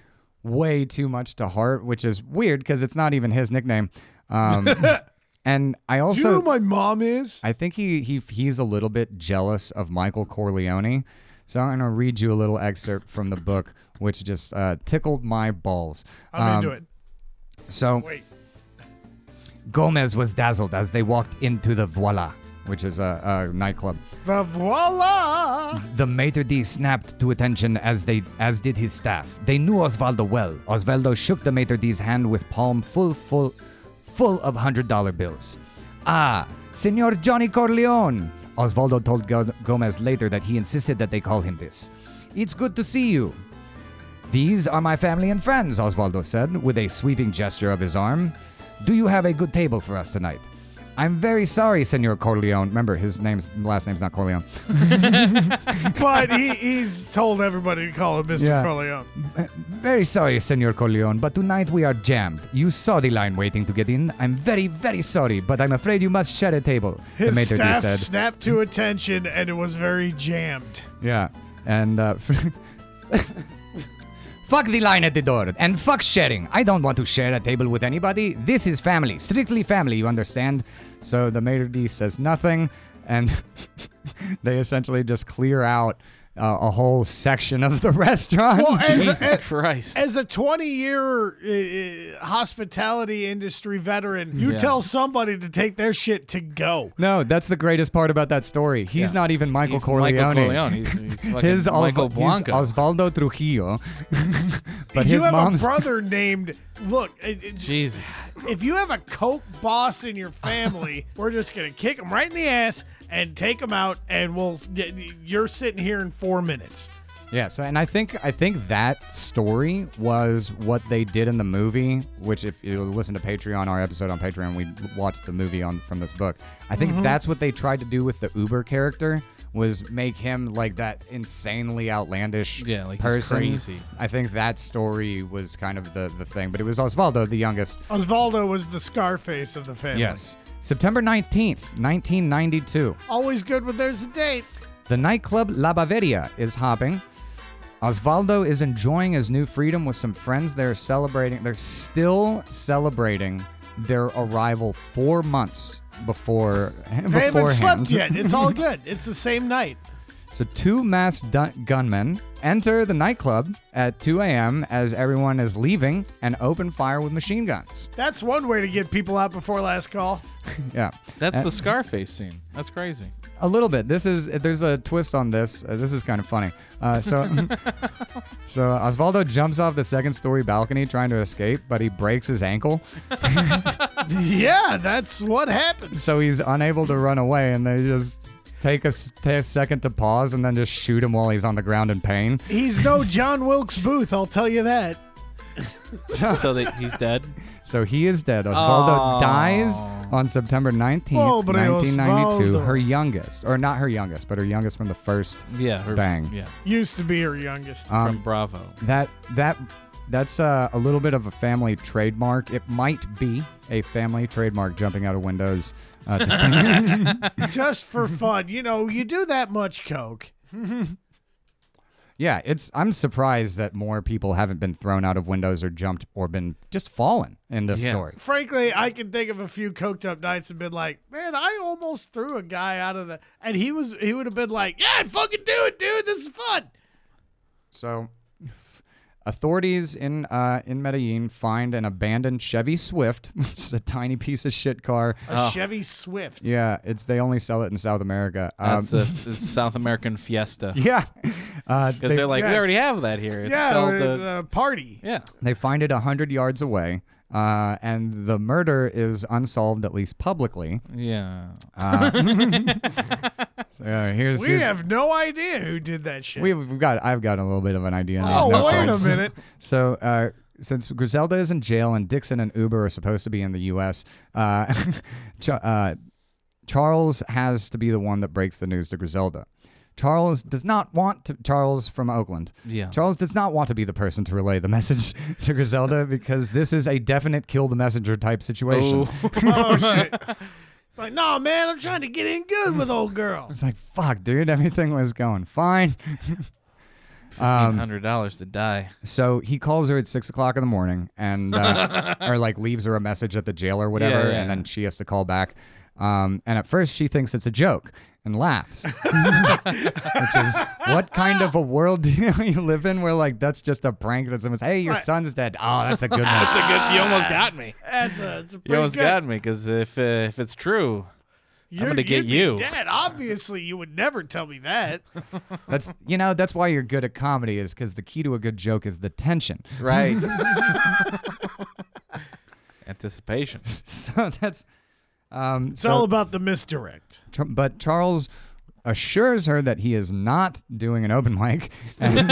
Speaker 1: way too much to heart, which is weird because it's not even his nickname. Um, and I
Speaker 2: Do you know
Speaker 1: also,
Speaker 2: who my mom is?
Speaker 1: I think he he he's a little bit jealous of Michael Corleone. So I'm gonna read you a little excerpt from the book, which just uh, tickled my balls. Um,
Speaker 2: I'm into it.
Speaker 1: So
Speaker 2: Wait.
Speaker 1: Gomez was dazzled as they walked into the Voila, which is a, a nightclub.
Speaker 2: The voila.
Speaker 1: The maitre d' snapped to attention as they as did his staff. They knew Osvaldo well. Osvaldo shook the maitre d''s hand with palm full full full of hundred dollar bills. Ah, Senor Johnny Corleone. Osvaldo told Go- Gomez later that he insisted that they call him this. It's good to see you. These are my family and friends, Osvaldo said, with a sweeping gesture of his arm. Do you have a good table for us tonight? I'm very sorry, Senor Corleone. Remember, his name's last name's not Corleone.
Speaker 2: But he, he's told everybody to call him Mr.
Speaker 1: Yeah.
Speaker 2: Corleone.
Speaker 1: Very sorry, Senor Corleone, but tonight we are jammed. You saw the line waiting to get in. I'm very, very sorry, but I'm afraid you must share a table.
Speaker 2: His
Speaker 1: the maitre d'
Speaker 2: staff
Speaker 1: said.
Speaker 2: snapped to attention and it was very jammed.
Speaker 1: Yeah, and uh, fuck the line at the door and fuck sharing. I don't want to share a table with anybody. This is family, strictly family. You understand? So the maitre d says nothing, and they essentially just clear out uh, a whole section of the restaurant.
Speaker 2: Well, as,
Speaker 3: Jesus
Speaker 2: as,
Speaker 3: Christ.
Speaker 2: as a 20 year uh, uh, hospitality industry veteran, you
Speaker 3: Yeah.
Speaker 2: tell somebody to take their shit to go.
Speaker 1: no, that's the greatest part about that story. He's
Speaker 3: Yeah.
Speaker 1: not even Michael
Speaker 3: He's
Speaker 1: Corleone.
Speaker 3: Michael Corleone. He's, he's fucking
Speaker 1: His Osva-
Speaker 3: Michael
Speaker 1: he's
Speaker 3: Blanco.
Speaker 1: Osvaldo Trujillo, but
Speaker 2: If you
Speaker 1: his
Speaker 2: have
Speaker 1: mom's
Speaker 2: a brother named, look, it, it,
Speaker 3: Jesus.
Speaker 2: if you have a coke boss in your family, we're just gonna kick him right in the ass and take him out, and we'll. You're sitting here in four minutes.
Speaker 1: Yeah, so and I think I think that story was what they did in the movie, which if you listen to Patreon, our episode on Patreon, we watched the movie on from this book. I think
Speaker 3: Mm-hmm.
Speaker 1: that's what they tried to do with the Uber character was make him like that insanely outlandish
Speaker 3: Yeah, like he's
Speaker 1: person.
Speaker 3: crazy.
Speaker 1: I think that story was kind of the the thing, but it was Osvaldo, the youngest.
Speaker 2: Osvaldo was the Scarface of the family.
Speaker 1: Yes. September 19th, 1992.
Speaker 2: always good when there's a date.
Speaker 1: The nightclub La Baveria is hopping. Osvaldo is enjoying his new freedom with some friends. They're celebrating, they're still celebrating their arrival four months before
Speaker 2: They haven't
Speaker 1: beforehand.
Speaker 2: slept yet. It's all good. It's the same night.
Speaker 1: So two masked dun- gunmen enter the nightclub at 2 a.m. as everyone is leaving and open fire with machine guns.
Speaker 2: That's one way to get people out before last call.
Speaker 1: Yeah.
Speaker 3: That's
Speaker 1: Uh,
Speaker 3: the Scarface scene. That's crazy.
Speaker 1: A little bit. This is there's a twist on this. Uh, this is kind of funny. Uh, so, so Osvaldo jumps off the second story balcony trying to escape, but he breaks his ankle,
Speaker 2: yeah, that's what happens.
Speaker 1: so he's unable to run away. And they just take a s- take a second to pause and then just shoot him while he's on the ground in pain.
Speaker 2: He's no John Wilkes Booth, I'll tell you that.
Speaker 3: so that he's dead.
Speaker 1: So he is dead. Osvaldo
Speaker 3: Oh.
Speaker 1: dies on September 19th,
Speaker 2: Pobre
Speaker 1: 1992.
Speaker 2: Osvaldo.
Speaker 1: Her youngest, or not her youngest, but her youngest from the first
Speaker 3: Yeah. or-
Speaker 1: bang.
Speaker 3: Yeah.
Speaker 2: Used to be her youngest.
Speaker 3: from Bravo.
Speaker 1: That that that's uh, a little bit of a family trademark. It might be a family trademark jumping out of windows. Uh, to sing.
Speaker 2: Just for fun. You know, you do that much coke.
Speaker 1: yeah, it's. I'm surprised that more people haven't been thrown out of windows or jumped or been just fallen in this
Speaker 3: Yeah.
Speaker 1: story.
Speaker 2: frankly, I can think of a few coked up nights and been like, man, I almost threw a guy out of the, and he was he would have been like, yeah, fucking do it, dude. This is fun.
Speaker 1: So, authorities in uh, in Medellin find an abandoned Chevy Swift, which is a tiny piece of shit car.
Speaker 3: Uh,
Speaker 2: A Chevy Swift.
Speaker 1: Yeah, it's they only sell it in South America. Um,
Speaker 3: That's the it's South American Fiesta.
Speaker 1: yeah, uh,
Speaker 3: Because they're like, we
Speaker 2: yes.
Speaker 3: already have that here. It's
Speaker 2: yeah,
Speaker 3: called
Speaker 2: it's uh,
Speaker 3: the.
Speaker 2: a party.
Speaker 3: yeah.
Speaker 1: They find it 100 yards away, uh, and the murder is unsolved, at least publicly.
Speaker 3: Yeah.
Speaker 1: So, uh, here's,
Speaker 2: We
Speaker 1: here's-
Speaker 2: have no idea who did that shit.
Speaker 1: we've we've got I've got a little bit of an idea. in these
Speaker 2: oh, wait a
Speaker 1: notebooks.
Speaker 2: minute.
Speaker 1: So, uh, since Griselda is in jail and Dixon and Uber are supposed to be in the U.S., uh, Ch- uh, Charles has to be the one that breaks the news to Griselda. Charles does not want to. Charles from Oakland.
Speaker 3: Yeah.
Speaker 1: Charles does not want to be the person to relay the message to Griselda because this is a definite kill the messenger type situation.
Speaker 3: Ooh.
Speaker 2: Oh, shit. It's like, no, man, I'm trying to get in good with old girl.
Speaker 1: It's like, fuck, dude, everything was going fine.
Speaker 3: Fifteen hundred dollars to die.
Speaker 1: So he calls her at six o'clock in the morning and, uh, or like leaves her a message at the jail or whatever,
Speaker 3: yeah.
Speaker 1: and then she has to call back. Um, and at first she thinks it's a joke and laughs, which is what kind of a world do you live in where like that's just a prank that someone's, hey, your son's dead. Oh, that's a good one.
Speaker 3: That's a good. You almost got me.
Speaker 2: Ah. That's a, it's a
Speaker 3: You
Speaker 2: pretty
Speaker 3: almost
Speaker 2: good.
Speaker 3: got me because if uh, if it's true,
Speaker 2: You're-
Speaker 3: gonna get
Speaker 2: you'd be
Speaker 3: you.
Speaker 2: Dead. Obviously, you would never tell me that.
Speaker 1: that's you know that's why you're good at comedy is because the key to a good joke is the tension.
Speaker 3: right? Anticipation.
Speaker 1: So that's um,
Speaker 2: It's
Speaker 1: so
Speaker 2: all about the misdirect.
Speaker 1: Tr- but Charles assures her that he is not doing an open mic. And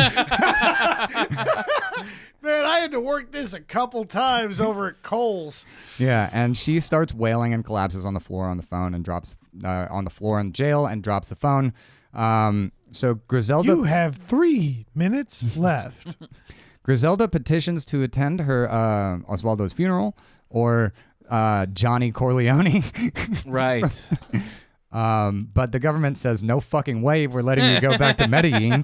Speaker 2: Man, I had to work this a couple times over at Cole's.
Speaker 1: yeah, and she starts wailing and collapses on the floor on the phone and drops uh, on the floor in jail and drops the phone. Um, so Griselda
Speaker 2: You have three minutes left.
Speaker 1: Griselda petitions to attend her uh, Oswaldo's funeral or uh, Johnny Corleone,
Speaker 3: Right.
Speaker 1: um, but the government says no fucking way. We're letting you go back to Medellin.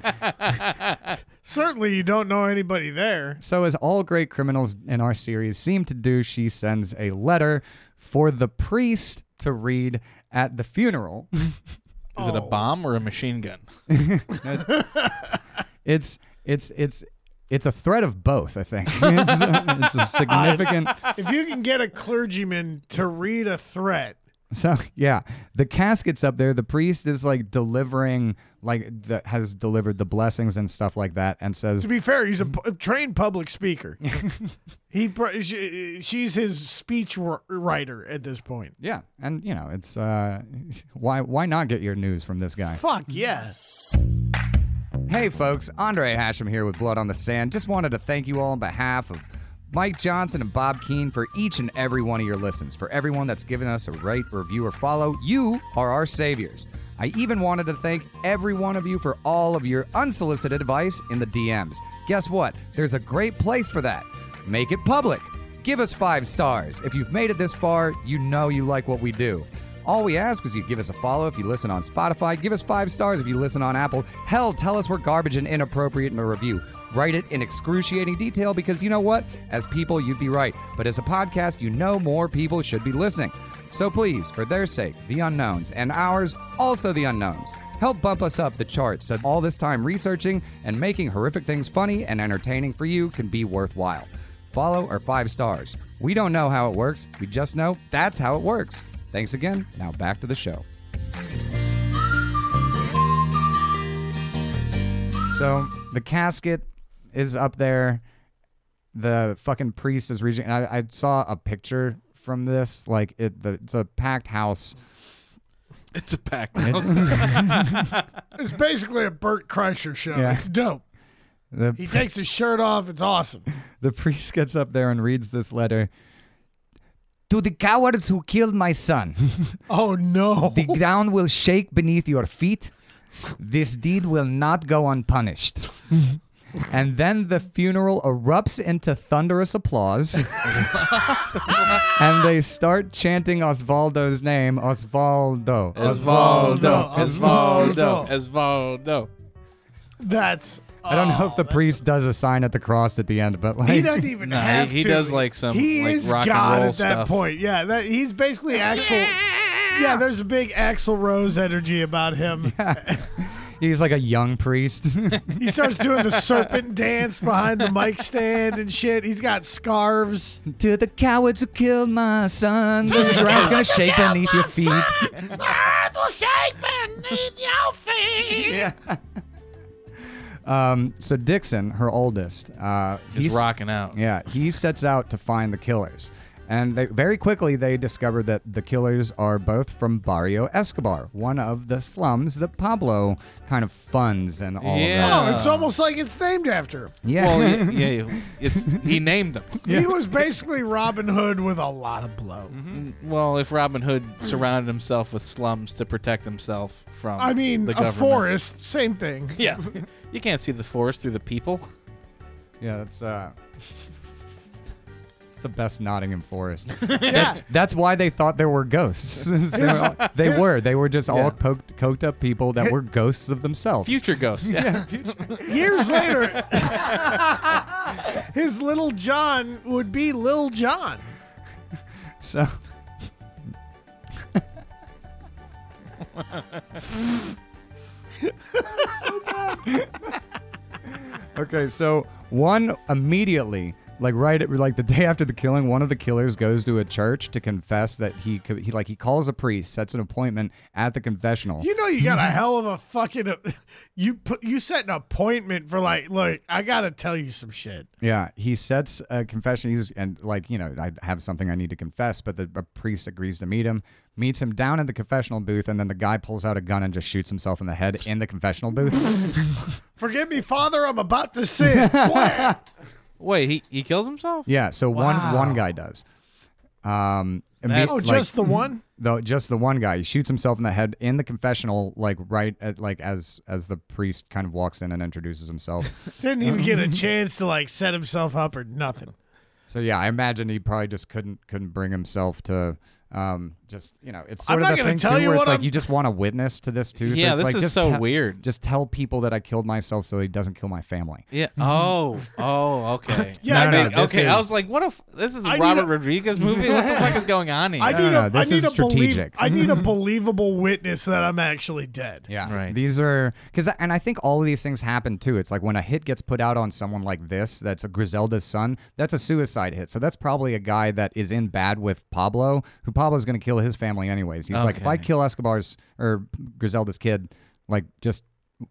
Speaker 2: Certainly, you don't know anybody there.
Speaker 1: So, as all great criminals in our series seem to do, she sends a letter for the priest to read at the funeral.
Speaker 3: Is it a bomb or a machine gun?
Speaker 1: It's it's it's it's a threat of both. I think it's, a, it's a significant.
Speaker 2: If you can get a clergyman to read a threat,
Speaker 1: So yeah, the casket's up there. The priest is like delivering, like the, has delivered the blessings and stuff like that, and says,
Speaker 2: to be fair, he's a, pu- a trained public speaker. he, pr- she, she's his speech wr- writer at this point.
Speaker 1: "Yeah." And you know, it's uh, why why not get your news from this guy?
Speaker 2: Fuck yeah.
Speaker 1: Hey folks, Andre Hashem here with Blood on the Sand. Just wanted to thank you all on behalf of Mike Johnson and Bob Keane for each and every one of your listens. For everyone that's given us a rate, review, or follow, you are our saviors. I even wanted to thank every one of you for all of your unsolicited advice in the DMs. Guess what? There's a great place for that. Make it public. Give us five stars. If you've made it this far, you know you like what we do. All we ask is you give us a follow if you listen on Spotify, give us five stars if you listen on Apple. Hell, tell us we're garbage and inappropriate in a review. Write it in excruciating detail because you know what? As people, you'd be right. But as a podcast, you know more people should be listening. So please, for their sake, the unknowns, and ours, also the unknowns, help bump us up the charts so all this time researching and making horrific things funny and entertaining for you can be worthwhile. Follow or five stars. We don't know how it works, we just know that's how it works. Thanks again. Now back to the show. So the casket is up there. The fucking priest is reaching. And I, I saw a picture from this. Like it, the, it's a packed house.
Speaker 3: It's a pack.
Speaker 2: It's basically a Burt Kreischer show.
Speaker 1: Yeah.
Speaker 2: It's dope.
Speaker 1: The
Speaker 2: He takes his shirt off. It's awesome.
Speaker 1: the priest gets up there and reads this letter. To the cowards who killed my son,
Speaker 2: Oh, no.
Speaker 1: the ground will shake beneath your feet. This deed will not go unpunished. and then the funeral erupts into thunderous applause. and they start chanting Osvaldo's name Osvaldo.
Speaker 3: Osvaldo.
Speaker 2: Osvaldo.
Speaker 3: Osvaldo. Osvaldo.
Speaker 2: That's.
Speaker 1: I don't know
Speaker 2: oh,
Speaker 1: if the
Speaker 2: that's-
Speaker 1: priest does a sign at the cross at the end, but like.
Speaker 2: He doesn't even
Speaker 3: No, he-
Speaker 2: have
Speaker 3: he
Speaker 2: to.
Speaker 3: does, like, some,
Speaker 2: He
Speaker 3: like,
Speaker 2: is
Speaker 3: rock and
Speaker 2: God
Speaker 3: roll
Speaker 2: at that
Speaker 3: stuff.
Speaker 2: point. Yeah, that he's basically Axel. Yeah, there's a big Axel Rose energy about him.
Speaker 1: He's like a young priest.
Speaker 2: He starts doing the serpent dance behind the mic stand and shit. He's got scarves.
Speaker 1: to the cowards who killed my son, the ground's gonna shake beneath your feet. Yeah. um, so Dixon, her oldest, uh,
Speaker 3: He's rocking out.
Speaker 1: Yeah, he sets out to find the killers. And they, very quickly, they discover that the killers are both from Barrio Escobar, one of the slums that Pablo kind of funds and all of
Speaker 3: Yeah.
Speaker 2: Oh, it's almost like it's named after him.
Speaker 1: that. Yeah.
Speaker 3: Well, yeah, yeah, yeah. It's he named them.
Speaker 2: He was basically Robin Hood with a lot of blow.
Speaker 3: Mm-hmm. Mm, Well, if Robin Hood surrounded himself with slums to protect himself from,
Speaker 2: I mean,
Speaker 3: the
Speaker 2: a
Speaker 3: government.
Speaker 2: forest, same thing.
Speaker 3: Yeah, you can't see the forest through the people.
Speaker 1: yeah, that's uh, the best Nottingham Forest.
Speaker 2: Yeah.
Speaker 1: That's why they thought there were ghosts. they, were all- they were. They were just all coked, coked up people that were ghosts of themselves.
Speaker 3: Future ghosts. Yeah.
Speaker 2: Years later, his little John would be Lil John.
Speaker 1: So. okay, so one immediately Like right, at, like the day after the killing, one of the killers goes to a church to confess that he could. He like he calls a priest, sets an appointment at the confessional.
Speaker 2: You know you got a hell of a fucking you put you set an appointment for like look I gotta tell you some shit.
Speaker 1: Yeah, he sets a confession. He's and like you know, I have something I need to confess, but the a priest agrees to meet him. Meets him down at the confessional booth, and then the guy pulls out a gun and just shoots himself in the head in the confessional booth.
Speaker 2: Forgive me, Father, I'm about to sin. What?
Speaker 3: Wait, he, he kills himself?
Speaker 1: yeah, so one one guy does. Um, and
Speaker 3: That's-
Speaker 1: be-
Speaker 2: oh,
Speaker 1: like-
Speaker 2: just the one.
Speaker 1: though just the one guy he shoots himself in the head in the confessional like right at like as as the priest kind of walks in and introduces himself
Speaker 2: Didn't even get a chance to like set himself up or nothing.
Speaker 1: so yeah i imagine he probably just couldn't couldn't bring himself to um just you know it's
Speaker 2: I'm
Speaker 1: sort
Speaker 2: not
Speaker 1: of the
Speaker 2: gonna
Speaker 1: thing too
Speaker 2: tell you
Speaker 1: where it's
Speaker 2: what
Speaker 1: like
Speaker 2: I'm-
Speaker 1: you just want a witness to this too
Speaker 3: Yeah,
Speaker 1: so it's
Speaker 3: this
Speaker 1: like
Speaker 3: is
Speaker 1: just
Speaker 3: so
Speaker 1: tell-
Speaker 3: weird.
Speaker 1: just tell people that i killed myself so he doesn't kill my family
Speaker 3: Yeah. Oh. Oh. Okay.
Speaker 2: Yeah,
Speaker 3: I
Speaker 1: no,
Speaker 3: mean,
Speaker 1: no, this
Speaker 3: okay. I
Speaker 1: is-
Speaker 3: was like, what if this is a
Speaker 2: I need
Speaker 3: Robert
Speaker 2: a-
Speaker 3: Rodriguez movie? What the fuck is going on here?
Speaker 2: I
Speaker 1: no,
Speaker 2: need
Speaker 1: no,
Speaker 2: a
Speaker 1: this
Speaker 2: I need
Speaker 1: is
Speaker 2: a belie-
Speaker 1: strategic.
Speaker 2: I need a believable witness that I'm actually dead.
Speaker 1: Yeah.
Speaker 3: Right.
Speaker 1: These are because, and I think all of these things happen too. It's like when a hit gets put out on someone like this, that's a Griselda's son. That's a suicide hit. So that's probably a guy that is in bad with Pablo, who Pablo's going to kill his family anyways. He's like, if I
Speaker 3: Okay.
Speaker 1: kill Escobar's or Griselda's kid, like just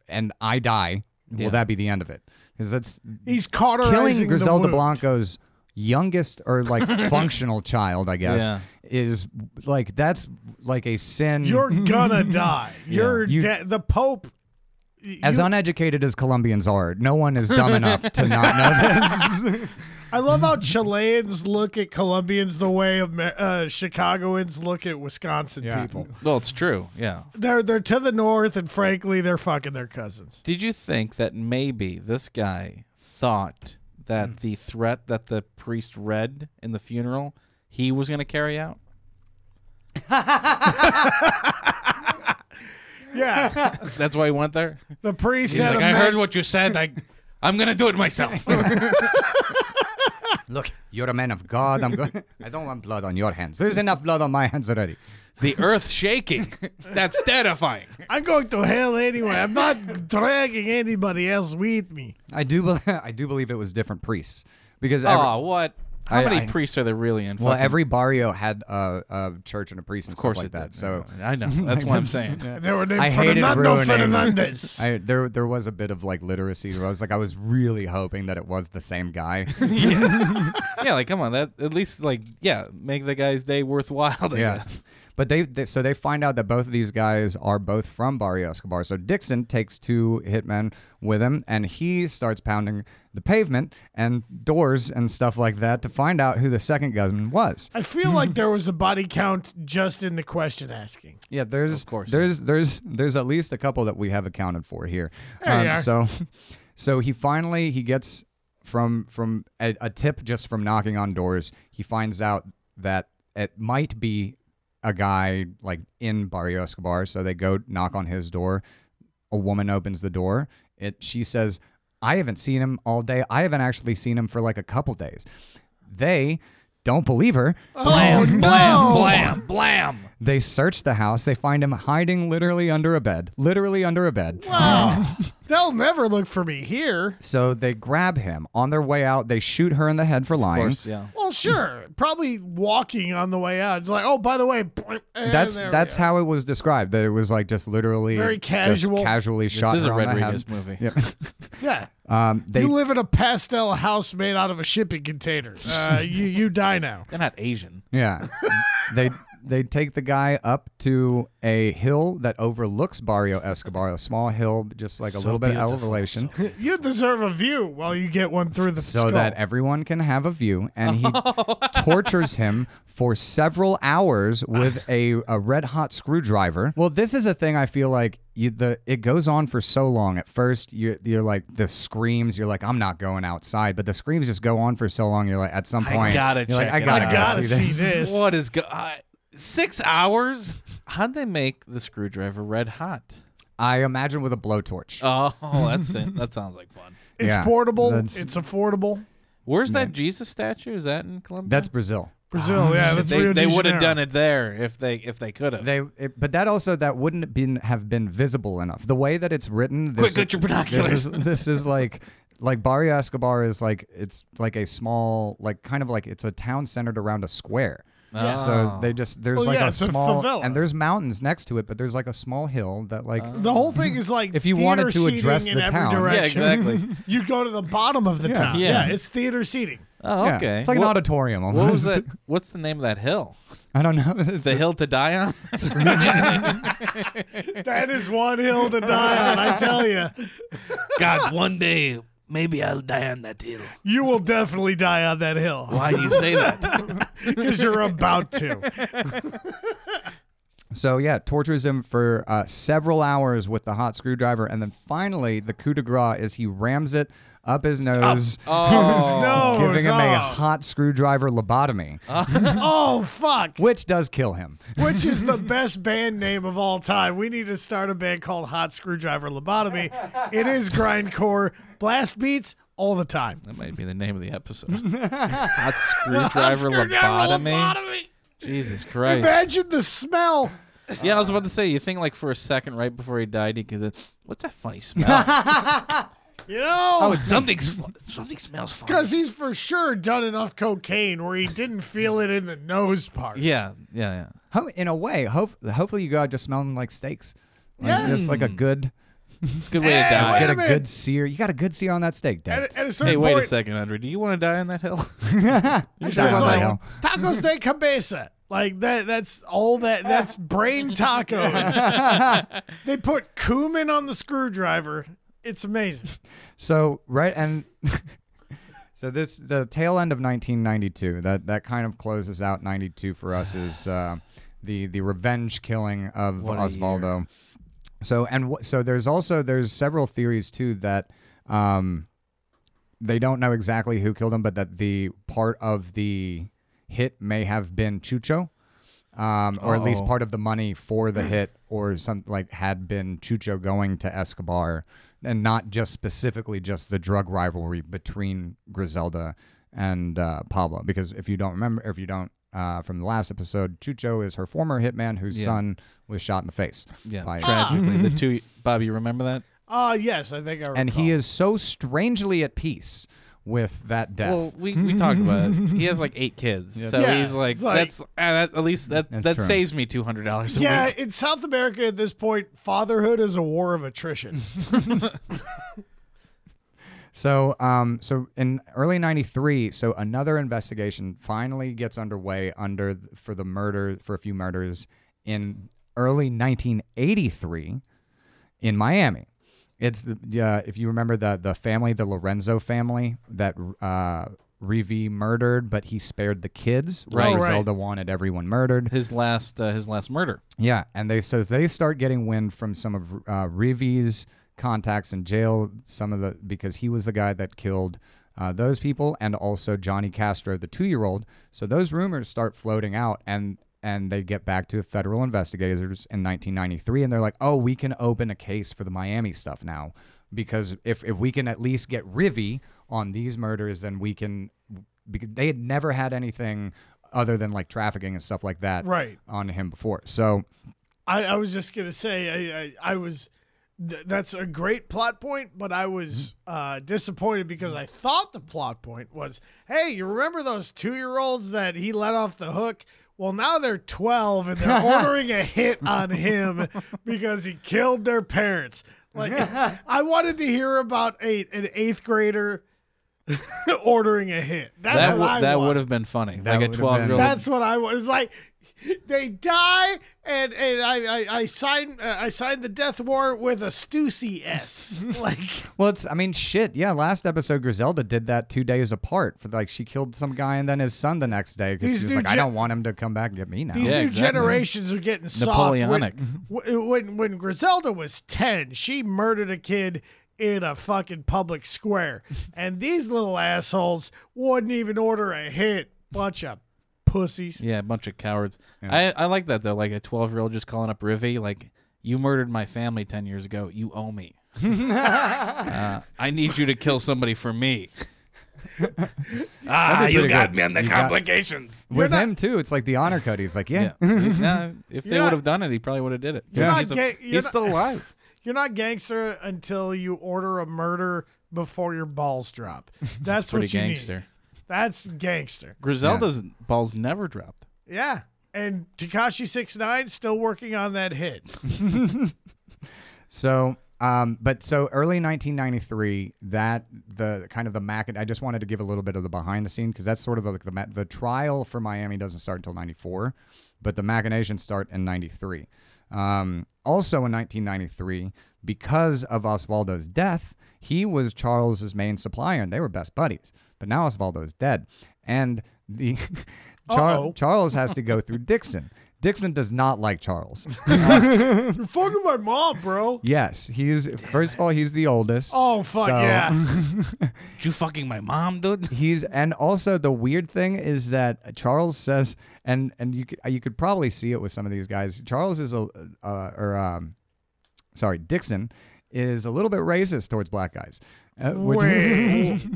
Speaker 1: and I die,
Speaker 3: Yeah.
Speaker 1: will that be the end of it? Because that's
Speaker 2: He's cauterizing
Speaker 1: killing Griselda
Speaker 2: the wound.
Speaker 1: Blanco's youngest or like functional child, I guess,
Speaker 3: Yeah.
Speaker 1: is like that's like a sin.
Speaker 2: You're gonna die. You're
Speaker 1: You-
Speaker 2: de- the Pope.
Speaker 1: As
Speaker 2: you-
Speaker 1: uneducated as Colombians are, no one is dumb enough to not know this.
Speaker 2: I love how Chileans look at Colombians the way Amer- uh, Chicagoans look at Wisconsin
Speaker 1: Yeah.
Speaker 2: people.
Speaker 3: well, it's true. Yeah.
Speaker 2: They're they're to the north, and frankly, they're fucking their cousins.
Speaker 3: Did you think that maybe this guy thought
Speaker 2: Mm.
Speaker 3: that the threat that the priest read in the funeral he was going to carry out?
Speaker 2: Yeah,
Speaker 3: That's why he went there.
Speaker 2: the priest
Speaker 3: He's
Speaker 2: had
Speaker 3: like,
Speaker 2: a
Speaker 3: I
Speaker 2: ma-
Speaker 3: heard what you said. I, I'm going to do it myself.
Speaker 1: Look, you're a man of God. I'm going. I don't want blood on your hands. There's enough blood on my hands already.
Speaker 3: the earth shaking. That's terrifying.
Speaker 2: I'm going to hell anyway. I'm not dragging anybody else with me.
Speaker 1: I do. bel I do believe it was different priests because every,
Speaker 3: Oh, what? How
Speaker 1: I-
Speaker 3: many
Speaker 1: I-
Speaker 3: priests are there really in?
Speaker 1: well,
Speaker 3: fucking-
Speaker 1: every barrio had a, a church and a priest and
Speaker 3: Of course
Speaker 1: stuff like that.
Speaker 3: it did.
Speaker 1: So
Speaker 3: I know. That's what I'm saying.
Speaker 2: And they were named
Speaker 1: I hated
Speaker 2: Fernando
Speaker 1: ruining.
Speaker 2: Fernandez.
Speaker 1: I, there, there was a bit of like literacy. Where I was like, I was really hoping that it was the same guy.
Speaker 3: yeah, like come on, that at least like yeah, make the guy's day worthwhile. I
Speaker 1: Yeah.
Speaker 3: guess.
Speaker 1: But they, they so they find out that both of these guys are both from Barrio Escobar. So Dixon takes two hitmen with him and he starts pounding the pavement and doors and stuff like that to find out who the second gunman was.
Speaker 2: I feel like there was a body count just in the question asking.
Speaker 1: Yeah, there's
Speaker 3: Of course.
Speaker 1: there's there's there's at least a couple that we have accounted for here. Um,
Speaker 2: There you are.
Speaker 1: so so he finally he gets from from a, a tip just from knocking on doors. He finds out that it might be a guy like in Barrio Escobar. So they go knock on his door. A woman opens the door. It she says, "I haven't seen him all day. I haven't actually seen him for like a couple days." They don't believe her.
Speaker 2: Blam, oh, no.
Speaker 3: Blam, blam.
Speaker 1: They search the house. They find him hiding literally under a bed, literally under a bed.
Speaker 2: Oh, they'll never look for me here.
Speaker 1: So they grab him. On their way out, they shoot her in the head for
Speaker 3: Of
Speaker 1: lying.
Speaker 3: course, yeah.
Speaker 2: Well, sure. Probably walking on the way out. It's like, oh, by the way, and
Speaker 1: That's
Speaker 2: there we
Speaker 1: that's
Speaker 2: are.
Speaker 1: how it was described. That it was like just literally
Speaker 2: Very
Speaker 1: just
Speaker 2: casual.
Speaker 1: casually shot
Speaker 3: This is
Speaker 1: her
Speaker 3: a
Speaker 1: on the
Speaker 3: Rodriguez
Speaker 1: head.
Speaker 3: movie.
Speaker 1: Yeah.
Speaker 2: Yeah.
Speaker 1: Um, they
Speaker 2: you live in a pastel house made out of a shipping container. Uh, you you die now.
Speaker 3: They're not Asian.
Speaker 1: yeah they they take the guy up to a hill that overlooks Barrio Escobar, a small hill, just like a
Speaker 3: So
Speaker 1: little bit
Speaker 3: beautiful.
Speaker 1: elevation.
Speaker 2: You deserve a view while you get one through the
Speaker 1: so
Speaker 2: skull.
Speaker 1: that everyone can have a view and he tortures him for several hours with a, a red hot screwdriver well this is a thing i feel like you the it goes on for so long at first you're, you're like the screams you're like i'm not going outside but the screams just go on for so long you're like at some point
Speaker 3: gotta
Speaker 1: you're like,
Speaker 3: check
Speaker 1: i
Speaker 3: it
Speaker 1: gotta,
Speaker 3: out.
Speaker 1: go
Speaker 3: I
Speaker 2: gotta see this. Yes.
Speaker 3: What is go- I- six hours? How'd they make the screwdriver red hot?
Speaker 1: i imagine with a blowtorch
Speaker 3: Oh, that's it. that sounds like fun.
Speaker 2: it's
Speaker 1: yeah,
Speaker 2: portable.
Speaker 1: that's-
Speaker 2: It's affordable.
Speaker 3: Where's that Jesus statue? Is that in Colombia?
Speaker 1: that's brazil
Speaker 2: Brazil, yeah, that's
Speaker 3: they
Speaker 2: Rio de
Speaker 3: they would have
Speaker 2: Janeiro.
Speaker 3: done it there if they if they could have.
Speaker 1: They, it, but that also that wouldn't been have been visible enough. The way that it's written, this
Speaker 3: Quick, get your
Speaker 1: This
Speaker 3: binoculars.
Speaker 1: is, this is like, like Barrio Escobar is like it's like a small, like kind of like it's a town centered around a square. So they just there's
Speaker 2: Well,
Speaker 1: like
Speaker 2: yeah,
Speaker 1: a
Speaker 2: it's a
Speaker 1: small
Speaker 2: favela.
Speaker 1: and there's mountains next to it, but there's like a small hill that like
Speaker 3: Oh,
Speaker 2: The whole thing is like
Speaker 1: If you wanted
Speaker 2: theater
Speaker 1: to address
Speaker 2: seating
Speaker 1: the
Speaker 2: in every
Speaker 1: town. Yeah,
Speaker 2: direction.
Speaker 3: exactly.
Speaker 2: you go to the bottom of the
Speaker 1: Yeah.
Speaker 2: town.
Speaker 3: Yeah.
Speaker 2: Yeah. it's theater seating.
Speaker 3: oh,
Speaker 1: yeah,
Speaker 3: okay.
Speaker 1: it's like
Speaker 3: What-
Speaker 1: an auditorium almost.
Speaker 3: What was that? What's the name of that hill?
Speaker 1: I don't know. It's
Speaker 3: The hill to die on?
Speaker 2: That is one hill to die on. I tell you,
Speaker 3: God, one day maybe I'll die on that hill.
Speaker 2: you will definitely die on that hill
Speaker 3: Why do you say that?
Speaker 2: because you're about to.
Speaker 1: So yeah, tortures him for uh, several hours with the hot screwdriver, and then finally the coup de grace is he rams it up his nose,
Speaker 3: Oh.
Speaker 2: No,
Speaker 1: Oh, giving him a
Speaker 2: no.
Speaker 1: hot screwdriver lobotomy,
Speaker 2: oh fuck!
Speaker 1: which does kill him.
Speaker 2: Which is the best band name of all time? We need to start a band called Hot Screwdriver Lobotomy. It is grindcore, blast beats all the time.
Speaker 3: That might be the name of the episode. Hot screwdriver lobotomy. Jesus Christ.
Speaker 2: Imagine the smell.
Speaker 3: Yeah, I was about to say. You think like for a second right before he died, he could. uh, What's that funny smell?
Speaker 2: You know.
Speaker 1: Oh,
Speaker 3: something. Something smells funny.
Speaker 2: Because he's for sure done enough cocaine where he didn't feel it in the nose part.
Speaker 3: Yeah, yeah, yeah.
Speaker 1: Ho- In a way, hope hopefully you go out just smelling like steaks, like, just like a good
Speaker 3: It's a good way to
Speaker 2: Hey,
Speaker 3: die.
Speaker 2: Hmm. wait
Speaker 1: get
Speaker 2: a
Speaker 1: a
Speaker 2: minute.
Speaker 1: good sear. You got a good sear on that steak,
Speaker 2: At,
Speaker 1: Dad.
Speaker 2: a- at a certain
Speaker 3: Hey, wait
Speaker 2: point,
Speaker 3: a second, Andre. Do you want to die on that hill?
Speaker 1: I died
Speaker 2: it's just
Speaker 1: on that
Speaker 2: like,
Speaker 1: hill.
Speaker 2: tacos de cabeza. Like that. That's all that. That's brain tacos. they put cumin on the screwdriver. It's amazing.
Speaker 1: So right and so this the tail end of 1992. That that kind of closes out 92 for us is uh, the the revenge killing of
Speaker 3: What a
Speaker 1: Osvaldo. So and wh- so there's also there's several theories too that um, they don't know exactly who killed him, but that the part of the hit may have been Chucho. Um, or at least
Speaker 3: Uh-oh.
Speaker 1: part of the money for the hit or some like had been Chucho going to Escobar and not just specifically just the drug rivalry between Griselda and uh, Pablo. Because if you don't remember, if you don't uh, from the last episode, Chucho is her former hitman whose
Speaker 3: Yeah.
Speaker 1: son was shot in the face.
Speaker 3: yeah.
Speaker 1: by-
Speaker 3: Tragically,
Speaker 1: Ah.
Speaker 3: the two. Bobby, you remember that?
Speaker 2: Ah, yes, I think I. Recall.
Speaker 1: and he is so strangely at peace with that death.
Speaker 3: Well, we, we talked about it. He has like eight kids, so
Speaker 2: Yeah,
Speaker 3: he's like,
Speaker 2: it's like-
Speaker 3: that's uh, that, at least that
Speaker 1: That's
Speaker 3: that
Speaker 1: true.
Speaker 3: saves me two hundred dollars a
Speaker 2: Yeah,
Speaker 3: week.
Speaker 2: in South America at this point, fatherhood is a war of attrition.
Speaker 1: So, um, so in early '93, so another investigation finally gets underway under for the murder for a few murders in early 1983 in Miami. It's the uh, if you remember the the family, the Lorenzo family that uh, Revi murdered, but he spared the kids.
Speaker 3: Right.
Speaker 2: Oh, right.
Speaker 1: Zelda wanted everyone murdered.
Speaker 3: His last uh, his last murder.
Speaker 1: Yeah, and they so they start getting wind from some of uh, Reeves' contacts in jail. Some of the because he was the guy that killed uh, those people, and also Johnny Castro, the two-year-old. So those rumors start floating out, and and they get back to federal investigators in 1993, and they're like, oh, we can open a case for the Miami stuff now, because if if we can at least get Rivy on these murders, then we can. Because they had never had anything other than like trafficking and stuff like that
Speaker 2: Right.
Speaker 1: on him before. So
Speaker 2: I, I was just gonna say I I, I was th- that's a great plot point, but I was uh, disappointed because I thought the plot point was, hey, you remember those two year olds that he let off the hook? Well, now they're twelve and they're ordering a hit on him because he killed their parents. Like I wanted to hear about a an eighth grader ordering a hit. That's
Speaker 3: That
Speaker 2: what
Speaker 3: w-
Speaker 2: I
Speaker 3: that
Speaker 2: wanted.
Speaker 3: would have been funny.
Speaker 1: That
Speaker 3: like
Speaker 1: would've
Speaker 3: a
Speaker 1: been-
Speaker 3: twelve year old.
Speaker 2: That's what I was. It's like they die, and and I I, I signed uh, I signed the death warrant with a Stussy S. like
Speaker 1: Well, it's I mean, shit. Yeah, last episode Griselda did that two days apart. For like, she killed some guy and then his son the next day because
Speaker 2: These
Speaker 1: she was
Speaker 2: new
Speaker 1: like, I
Speaker 2: gen-
Speaker 1: don't want him to come back and get me now.
Speaker 2: these
Speaker 3: Yeah,
Speaker 2: new
Speaker 3: exactly.
Speaker 2: generations are getting
Speaker 3: Napoleonic.
Speaker 2: soft. When- When, when when Griselda was ten, she murdered a kid. In a fucking public square, and these little assholes wouldn't even order a hit. Bunch of pussies.
Speaker 3: Yeah, a bunch of cowards. I I like that though. Like a twelve year old just calling up Rivy like. You murdered my family ten years ago. You owe me. uh, I need you to kill somebody for me.
Speaker 5: Ah,
Speaker 1: That'd be
Speaker 5: you
Speaker 1: pretty
Speaker 5: got
Speaker 1: good.
Speaker 5: me on the
Speaker 1: You got-
Speaker 5: complications.
Speaker 1: With him too, it's like the honor code. He's like, yeah,
Speaker 3: Yeah. Nah, if they
Speaker 2: You're
Speaker 3: would have done it, he probably would have did it.
Speaker 2: You're
Speaker 3: He's-
Speaker 2: not
Speaker 3: he's, a-
Speaker 2: gay- you're
Speaker 3: he's
Speaker 2: not-
Speaker 3: still alive.
Speaker 2: You're not gangster until you order a murder before your balls drop. That's,
Speaker 3: Pretty
Speaker 2: what you
Speaker 3: gangster.
Speaker 2: need. That's gangster.
Speaker 3: Griselda's balls never dropped.
Speaker 2: Yeah. And Takashi Six Nine still working on that hit.
Speaker 1: So, um, but so early 1993, that the kind of the Mac. I just wanted to give a little bit of the behind the scene because that's sort of like the ma- the trial for Miami doesn't start until 94, but the machinations start in 93. Um, also in 1993, because of Oswaldo's death, he was Charles's main supplier, and they were best buddies. But now Oswaldo's dead, and the Char-
Speaker 2: Uh-oh.
Speaker 1: Charles has to go through Dixon. Dixon does not like Charles.
Speaker 2: You're fucking my mom, bro.
Speaker 1: Yes, he's first of all he's the oldest.
Speaker 2: Oh fuck
Speaker 1: So-
Speaker 2: yeah.
Speaker 3: You fucking my mom, dude.
Speaker 1: He's and also the weird thing is that Charles says and and you could you could probably see it with some of these guys. Charles is a uh, or um sorry, Dixon is a little bit racist towards black guys. Uh, which-
Speaker 2: Wait.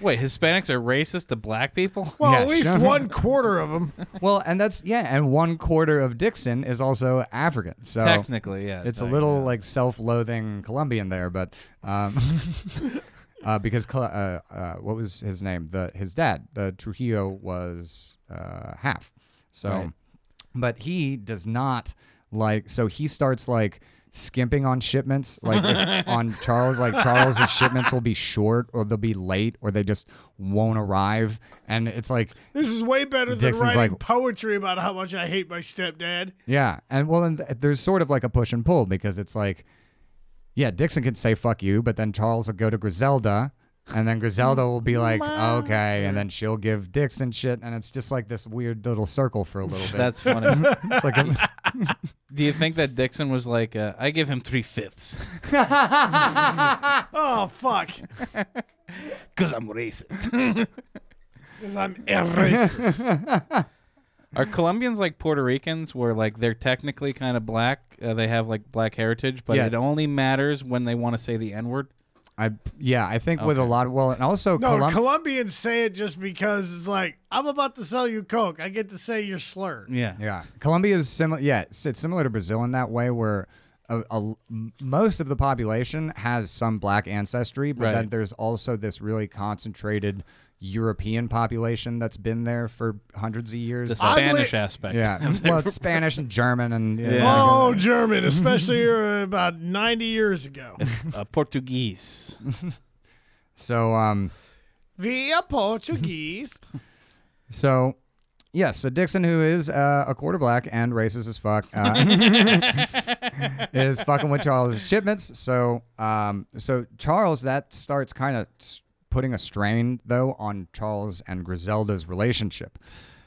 Speaker 3: Wait, Hispanics are racist to black people?
Speaker 2: Well, at
Speaker 1: Yeah,
Speaker 2: least
Speaker 1: sure.
Speaker 2: one quarter of them.
Speaker 1: well, and that's yeah, and one quarter of Dixon is also African. So
Speaker 3: Technically, yeah.
Speaker 1: it's a
Speaker 3: like,
Speaker 1: little
Speaker 3: yeah.
Speaker 1: like self-loathing Colombian there, but um, uh, because Col- uh, uh, what was his name? The his dad, the Trujillo, was uh, half. So,
Speaker 3: Right.
Speaker 1: but he does not like. So he starts like skimping on shipments, like if- on Charles. Like Charles's shipments will be short, or they'll be late, or they just won't arrive. And it's like
Speaker 2: This is way better than
Speaker 1: Dixon's
Speaker 2: writing
Speaker 1: like-
Speaker 2: poetry about how much I hate my stepdad.
Speaker 1: Yeah, and well, and th- there's sort of like a push and pull because it's like, yeah, Dixon can say fuck you, but then Charles will go to Griselda, and then Griselda will be like, okay, and then she'll give Dixon shit, and it's just like this weird little circle for a little bit.
Speaker 3: That's funny.
Speaker 1: It's like a-
Speaker 3: Do you think that Dixon was like, uh, I give him three fifths
Speaker 2: Oh fuck.
Speaker 5: Because I'm racist.
Speaker 2: Because I'm a racist.
Speaker 3: Are Colombians like Puerto Ricans, where like they're technically kind of black? Uh, they have like black heritage, but
Speaker 1: Yeah.
Speaker 3: it only matters when they want to say the N word.
Speaker 1: I yeah, I think with a
Speaker 3: Okay.
Speaker 1: lot of well, and also
Speaker 2: No,
Speaker 1: Colum-
Speaker 2: Colombians say it just because it's like, I'm about to sell you Coke. I get to say your slur.
Speaker 3: Yeah.
Speaker 1: Yeah, Colombia is similar. Yeah, it's, it's similar to Brazil in that way, where a, a- m- most of the population has some black ancestry, but then
Speaker 3: Right.
Speaker 1: there's also this really concentrated European population that's been there for hundreds of years.
Speaker 3: The
Speaker 2: Oddly-
Speaker 3: Spanish aspect.
Speaker 1: yeah, well, it's Spanish and German and yeah.
Speaker 2: Oh, German, especially uh, about 90 years ago.
Speaker 3: uh, Portuguese.
Speaker 1: So um,
Speaker 2: Via Portuguese.
Speaker 1: so. Yes, so Dixon, who is uh, a quarter black and racist as fuck, uh, is fucking with Charles' shipments. So, um, so Charles, that starts kind of putting a strain though on Charles and Griselda's relationship.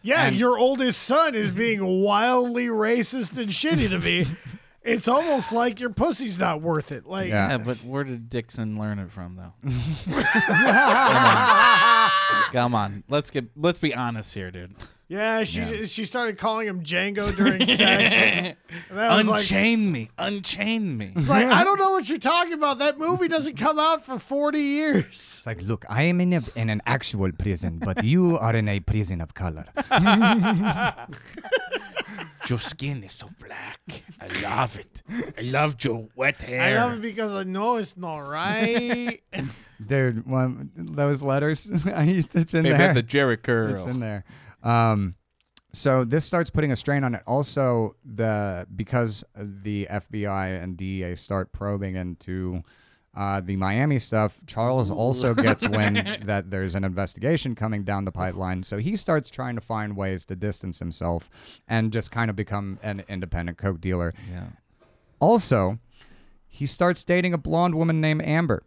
Speaker 2: Yeah,
Speaker 1: And-
Speaker 2: your oldest son is being wildly racist and shitty to me. It's almost like your pussy's not worth it. Like,
Speaker 1: Yeah.
Speaker 3: Yeah, but where did Dixon learn it from, though? Come on. Come on, let's get let's be honest here, dude.
Speaker 2: yeah, she she started calling him Django during sex. And I was like,
Speaker 3: Unchain me, unchain me.
Speaker 2: It's like, I don't know what you're talking about. That movie doesn't come out for 40 years.
Speaker 1: It's like, look, I am in a, in an actual prison, but you are in a prison of color.
Speaker 5: Your skin is so black. I love it. I love your wet
Speaker 2: I
Speaker 5: hair.
Speaker 2: love it because I know it's not right.
Speaker 1: Dude, one, those letters, it's in
Speaker 3: Maybe
Speaker 1: there.
Speaker 3: that's the Jerry curl.
Speaker 1: It's in there. Um, so this starts putting a strain on it. Also, the because the FBI and DEA start probing into uh, the Miami stuff, Charles also gets wind that there's an investigation coming down the pipeline. So he starts trying to find ways to distance himself and just kind of become an independent coke dealer.
Speaker 3: Yeah,
Speaker 1: Also, he starts dating a blonde woman named Amber,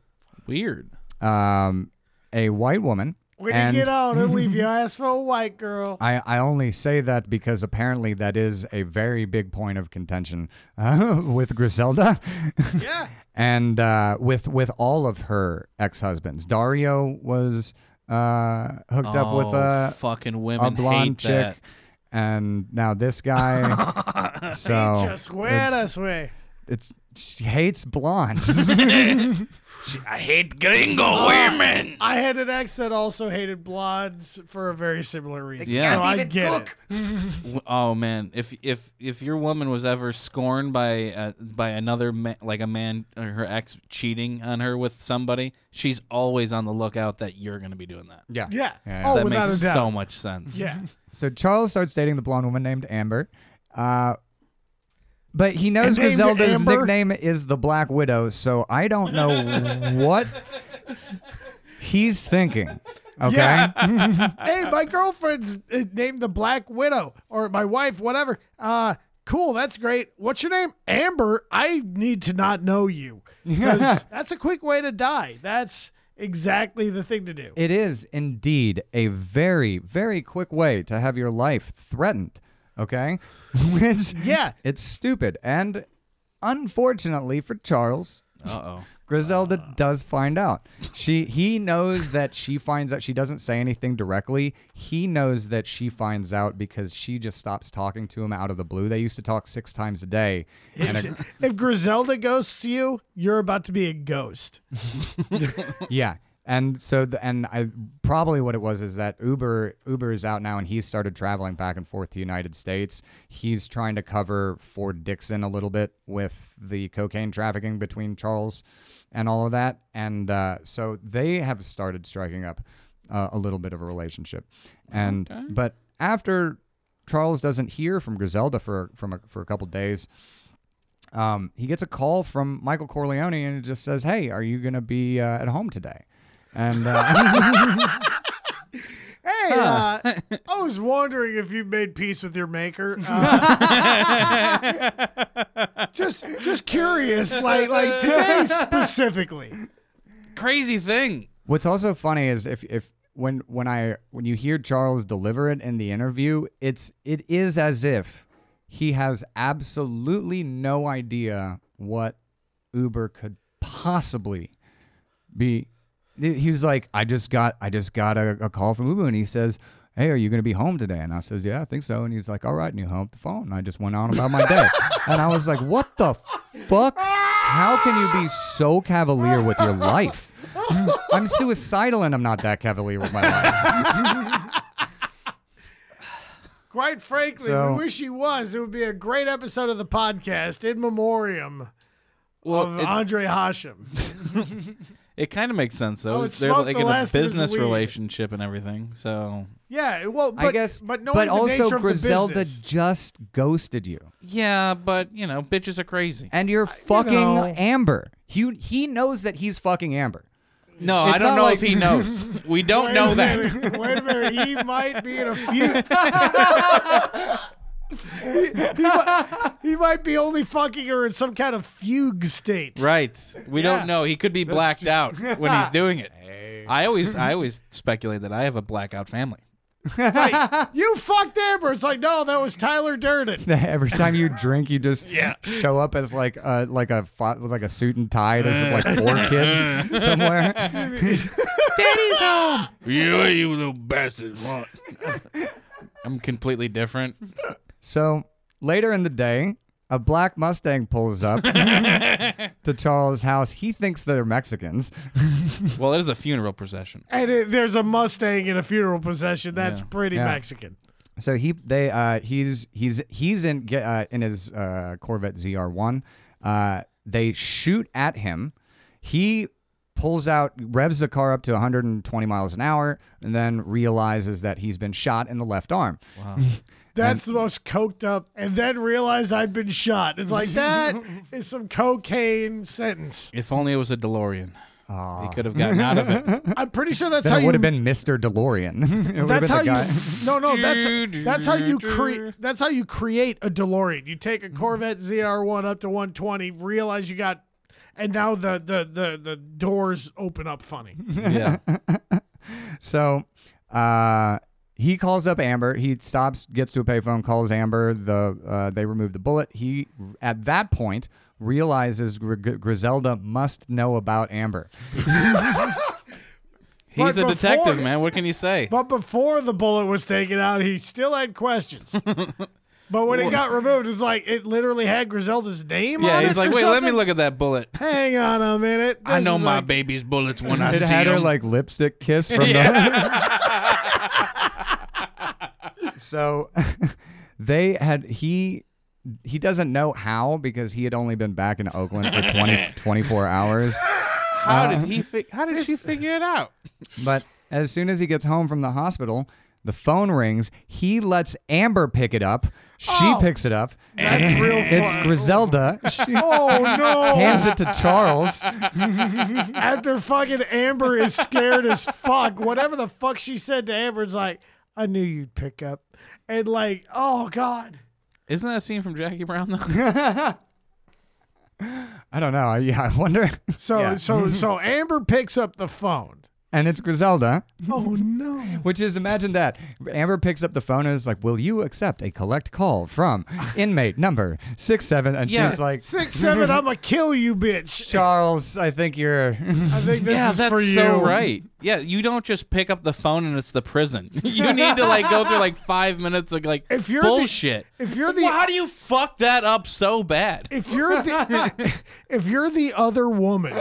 Speaker 3: weird.
Speaker 1: um, a white woman.
Speaker 2: When
Speaker 1: and
Speaker 2: you get out, I'll leave your ass for a white girl.
Speaker 1: I, I only say that because apparently that is a very big point of contention uh, with Griselda
Speaker 2: Yeah.
Speaker 1: and uh, with with all of her ex husbands. Dario was uh, hooked up with
Speaker 3: Oh,
Speaker 1: a,
Speaker 3: fucking women
Speaker 1: a blonde
Speaker 3: hate that.
Speaker 1: chick, and now this guy. so
Speaker 2: Just wear
Speaker 1: it's,
Speaker 2: this way.
Speaker 1: it's She hates blondes.
Speaker 5: I hate gringo women.
Speaker 2: I had an ex that also hated blondes for a very similar reason.
Speaker 3: Yeah.
Speaker 2: so
Speaker 3: can't
Speaker 2: I get it.
Speaker 3: W- Oh man, if if if your woman was ever scorned by uh, by another ma- like a man or her ex cheating on her with somebody, she's always on the lookout that you're going to be doing that.
Speaker 1: yeah.
Speaker 2: Yeah.
Speaker 1: Yeah.
Speaker 2: Oh,
Speaker 3: that
Speaker 2: without
Speaker 3: makes
Speaker 2: a doubt.
Speaker 3: so much sense.
Speaker 2: yeah.
Speaker 1: So Charles starts dating the blonde woman named Amber. Uh, but he knows
Speaker 2: And named
Speaker 1: Griselda's
Speaker 2: Amber?
Speaker 1: nickname is the Black Widow, so I don't know what he's thinking. Okay?
Speaker 2: hey, my girlfriend's uh, named the Black Widow or my wife, whatever. Uh, cool. That's great. What's your name? Amber. I need to not know you. 'Cause that's a quick way to die. That's exactly the thing to do.
Speaker 1: It is indeed a very, very quick way to have your life threatened. Okay? Which,
Speaker 2: Yeah.
Speaker 1: It's stupid. And unfortunately for Charles,
Speaker 3: Uh-oh.
Speaker 1: Griselda does find out. She he knows that she finds out. She doesn't say anything directly. He knows that she finds out because she just stops talking to him out of the blue. They used to talk six times a day. And it-
Speaker 2: If Griselda ghosts you, you're about to be a ghost.
Speaker 1: yeah. And so the, and I probably what it was is that Uber Uber is out now and he started traveling back and forth to the United States. He's trying to cover Ford Dixon a little bit with the cocaine trafficking between Charles and all of that. And uh, so they have started striking up uh, a little bit of a relationship. And but after Charles doesn't hear from Griselda for from a, for a couple days, um, he gets a call from Michael Corleone and it just says, "Hey, are you gonna be uh, at home today?" And uh,
Speaker 2: Hey, uh, I was wondering if you made peace with your maker. Uh, just, just curious, like, like today specifically.
Speaker 3: Crazy thing.
Speaker 1: what's also funny is if if when when I when you hear Charles deliver it in the interview, it's it is as if he has absolutely no idea what Uber could possibly be. He was like, I just got I just got a, a call from Uber, and he says. Hey, are you going to be home today? And I says, Yeah, I think so. And he's like, All right. And he hung up the phone. And I just went on about my day. and I was like, What the fuck? How can you be so cavalier with your life? I'm suicidal and I'm not that cavalier with my life.
Speaker 2: Quite frankly,
Speaker 1: So-
Speaker 2: we wish he was. It would be a great episode of the podcast in memoriam
Speaker 3: Well,
Speaker 2: of uh,
Speaker 3: it-
Speaker 2: Andre Hashem.
Speaker 3: It kind of makes sense though.
Speaker 2: Oh, it
Speaker 3: It's- They're
Speaker 2: smoked
Speaker 3: like
Speaker 2: the
Speaker 3: in a
Speaker 2: last of his
Speaker 3: business
Speaker 2: weed.
Speaker 3: relationship and everything. So
Speaker 2: yeah, well, but,
Speaker 1: I guess,
Speaker 2: but knowing the
Speaker 1: also
Speaker 2: nature of the
Speaker 1: Griselda
Speaker 2: business-
Speaker 1: just ghosted you,
Speaker 3: yeah, but you know, bitches are crazy.
Speaker 1: and you're fucking
Speaker 2: know.
Speaker 1: Amber. He he knows that he's fucking Amber.
Speaker 3: No,
Speaker 1: It's
Speaker 3: I don't
Speaker 1: not
Speaker 3: know
Speaker 1: like-
Speaker 3: if he knows. We don't
Speaker 2: Wait
Speaker 3: know
Speaker 2: a
Speaker 3: that.
Speaker 2: minute, Wait a minute, he might be in a few. he, might, he might be only fucking her in some kind of fugue state.
Speaker 3: Right. We don't know. He could be blacked out when he's doing it. I always I always speculate that I have a blackout family.
Speaker 2: You fucked Amber. It's like, no, that was Tyler Durden.
Speaker 1: Every time you drink, you just show up as like a like a fo- with like a suit and tie to some, like four kids somewhere.
Speaker 5: You, you little bastards. want?
Speaker 3: I'm completely different.
Speaker 1: So later in the day, a black Mustang pulls up to Charles' house. He thinks they're Mexicans.
Speaker 3: Well, it is a funeral procession.
Speaker 2: And it, there's a Mustang in a funeral procession. That's
Speaker 3: Yeah.
Speaker 2: pretty
Speaker 1: Yeah.
Speaker 2: Mexican.
Speaker 1: So he they uh he's he's he's in ge- uh, in his uh, Corvette ZR1. Uh, they shoot at him. He pulls out revs the car up to 120 miles an hour and then realizes that he's been shot in the left arm.
Speaker 2: That's the most coked up. And then realized I'd been shot. It's like that is some cocaine sentence.
Speaker 3: If only it was a DeLorean. He could have gotten out of it.
Speaker 2: I'm pretty sure that's
Speaker 1: Then
Speaker 2: how
Speaker 1: it
Speaker 2: you.
Speaker 1: would have been Mr. DeLorean. It would have
Speaker 2: That's
Speaker 1: been
Speaker 2: how
Speaker 1: the
Speaker 2: you.
Speaker 1: guy.
Speaker 2: No, no. That's that's how you create. That's how you create a DeLorean. You take a Corvette ZR1 up to 120. Realize you got, and now the the the, the doors open up funny.
Speaker 3: Yeah.
Speaker 1: So uh, he calls up Amber. He stops, gets to a payphone, calls Amber. The uh, they remove the bullet. He at that point realizes Gr- Gr- Griselda must know about Amber.
Speaker 3: He's
Speaker 2: But
Speaker 3: a detective,
Speaker 2: before-
Speaker 3: man. What can you say?
Speaker 2: But before the bullet was taken out, he still had questions. But when it got removed, it's like it literally had Griselda's name on
Speaker 3: Yeah,
Speaker 2: it.
Speaker 3: he's like,
Speaker 2: or
Speaker 3: wait, let me
Speaker 2: something?
Speaker 3: look at that bullet.
Speaker 2: Hang on a minute.
Speaker 5: I
Speaker 2: This
Speaker 5: know
Speaker 2: is
Speaker 5: my
Speaker 2: like-
Speaker 5: baby's bullets when I
Speaker 1: It
Speaker 5: see
Speaker 1: had her
Speaker 5: them.
Speaker 1: like lipstick kiss from
Speaker 3: Yeah.
Speaker 1: the. So they had he he doesn't know how because he had only been back in Oakland for 20, 24 hours. Uh,
Speaker 3: How did he? Fi- how did she figure it out?
Speaker 1: But as soon as he gets home from the hospital, the phone rings. He lets Amber pick it up. She
Speaker 3: Oh.
Speaker 1: picks it up.
Speaker 2: That's real
Speaker 1: It's
Speaker 2: fun.
Speaker 1: Griselda. She
Speaker 2: Oh no!
Speaker 1: hands it to Charles.
Speaker 2: After fucking Amber is scared as fuck. Whatever the fuck she said to Amber is like, I knew you'd pick up. And like, oh god.
Speaker 3: Isn't that a scene from Jackie Brown though?
Speaker 1: I don't know. Yeah, I wonder.
Speaker 2: So
Speaker 1: Yeah.
Speaker 2: so so Amber picks up the phone.
Speaker 1: And it's Griselda.
Speaker 2: Oh no.
Speaker 1: Which is imagine that Amber picks up the phone and is like, "Will you accept a collect call from inmate number six seven? And
Speaker 3: Yeah.
Speaker 1: she's like,
Speaker 2: Six seven, I'ma kill you, bitch.
Speaker 1: "Charles, I think you're."
Speaker 2: I think this
Speaker 3: yeah,
Speaker 2: is
Speaker 3: that's
Speaker 2: for you.
Speaker 3: so right. Yeah, you don't just pick up the phone and it's the prison. you need to like go through like five minutes of like
Speaker 2: If you're the-
Speaker 3: bullshit.
Speaker 2: If you're the
Speaker 3: Well, how do you fuck that up so bad?
Speaker 2: if you're the if you're the other woman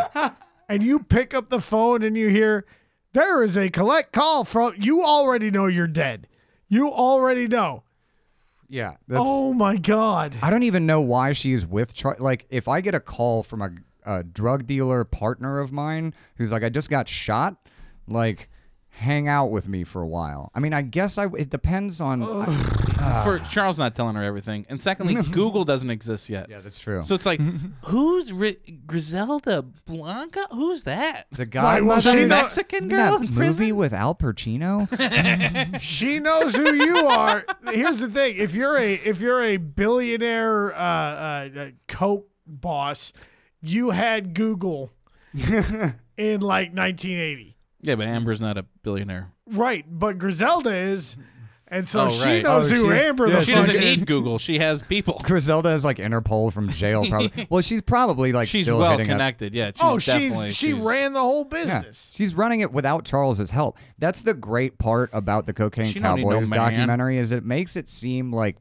Speaker 2: and you pick up the phone and you hear there is a collect call from you already know you're dead. You already know.
Speaker 1: yeah. That's,
Speaker 2: oh my god.
Speaker 1: I don't even know why she's with Char- like if I get a call from a, a drug dealer partner of mine who's like I just got shot, like hang out with me for a while. I mean, I guess I it depends on
Speaker 3: For Charles not telling her everything, and secondly, Google doesn't exist yet.
Speaker 1: Yeah, that's true.
Speaker 3: So it's like, who's Ri Griselda Blanca? Who's that?
Speaker 1: the
Speaker 2: like, well,
Speaker 1: godmother
Speaker 2: she
Speaker 1: in
Speaker 2: know-
Speaker 3: Mexican girl
Speaker 1: that
Speaker 3: in
Speaker 1: movie
Speaker 3: prison?
Speaker 1: with Al Pacino.
Speaker 2: She knows who you are. Here's the thing: if you're a if you're a billionaire uh, uh, uh, coke boss, you had Google in like 1980,
Speaker 3: Yeah, but Amber's not a billionaire.
Speaker 2: right? But Griselda is, and so
Speaker 3: Oh,
Speaker 2: she
Speaker 3: right.
Speaker 2: knows
Speaker 1: Oh,
Speaker 2: who
Speaker 1: she's-
Speaker 2: Amber
Speaker 1: yeah,
Speaker 2: the
Speaker 3: She
Speaker 2: fuck
Speaker 3: doesn't
Speaker 2: is.
Speaker 3: need Google. She has people.
Speaker 1: Griselda is like Interpol from jail, probably. well, she's probably like
Speaker 3: She's
Speaker 1: still
Speaker 3: well
Speaker 1: hitting up-
Speaker 3: connected. Yeah, she's
Speaker 2: oh, she's
Speaker 3: definitely.
Speaker 2: she ran the whole
Speaker 1: Yeah,
Speaker 2: business.
Speaker 1: she's running it without Charles's help. That's the great part about the Cocaine
Speaker 3: She don't need no
Speaker 1: Cowboys
Speaker 3: man.
Speaker 1: documentary is it makes it seem like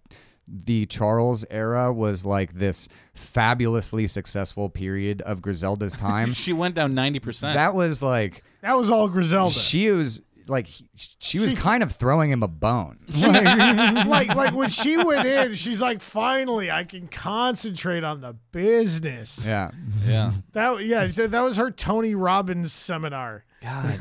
Speaker 1: the Charles era was like this fabulously successful period of Griselda's time.
Speaker 3: She went down ninety percent.
Speaker 1: that was like
Speaker 2: That was all Griselda.
Speaker 1: she was like he- she was kind of throwing him a bone.
Speaker 2: like like when she went in, she's like, finally, I can concentrate on the business.
Speaker 1: yeah.
Speaker 3: Yeah.
Speaker 2: That yeah, that was her Tony Robbins seminar.
Speaker 3: God.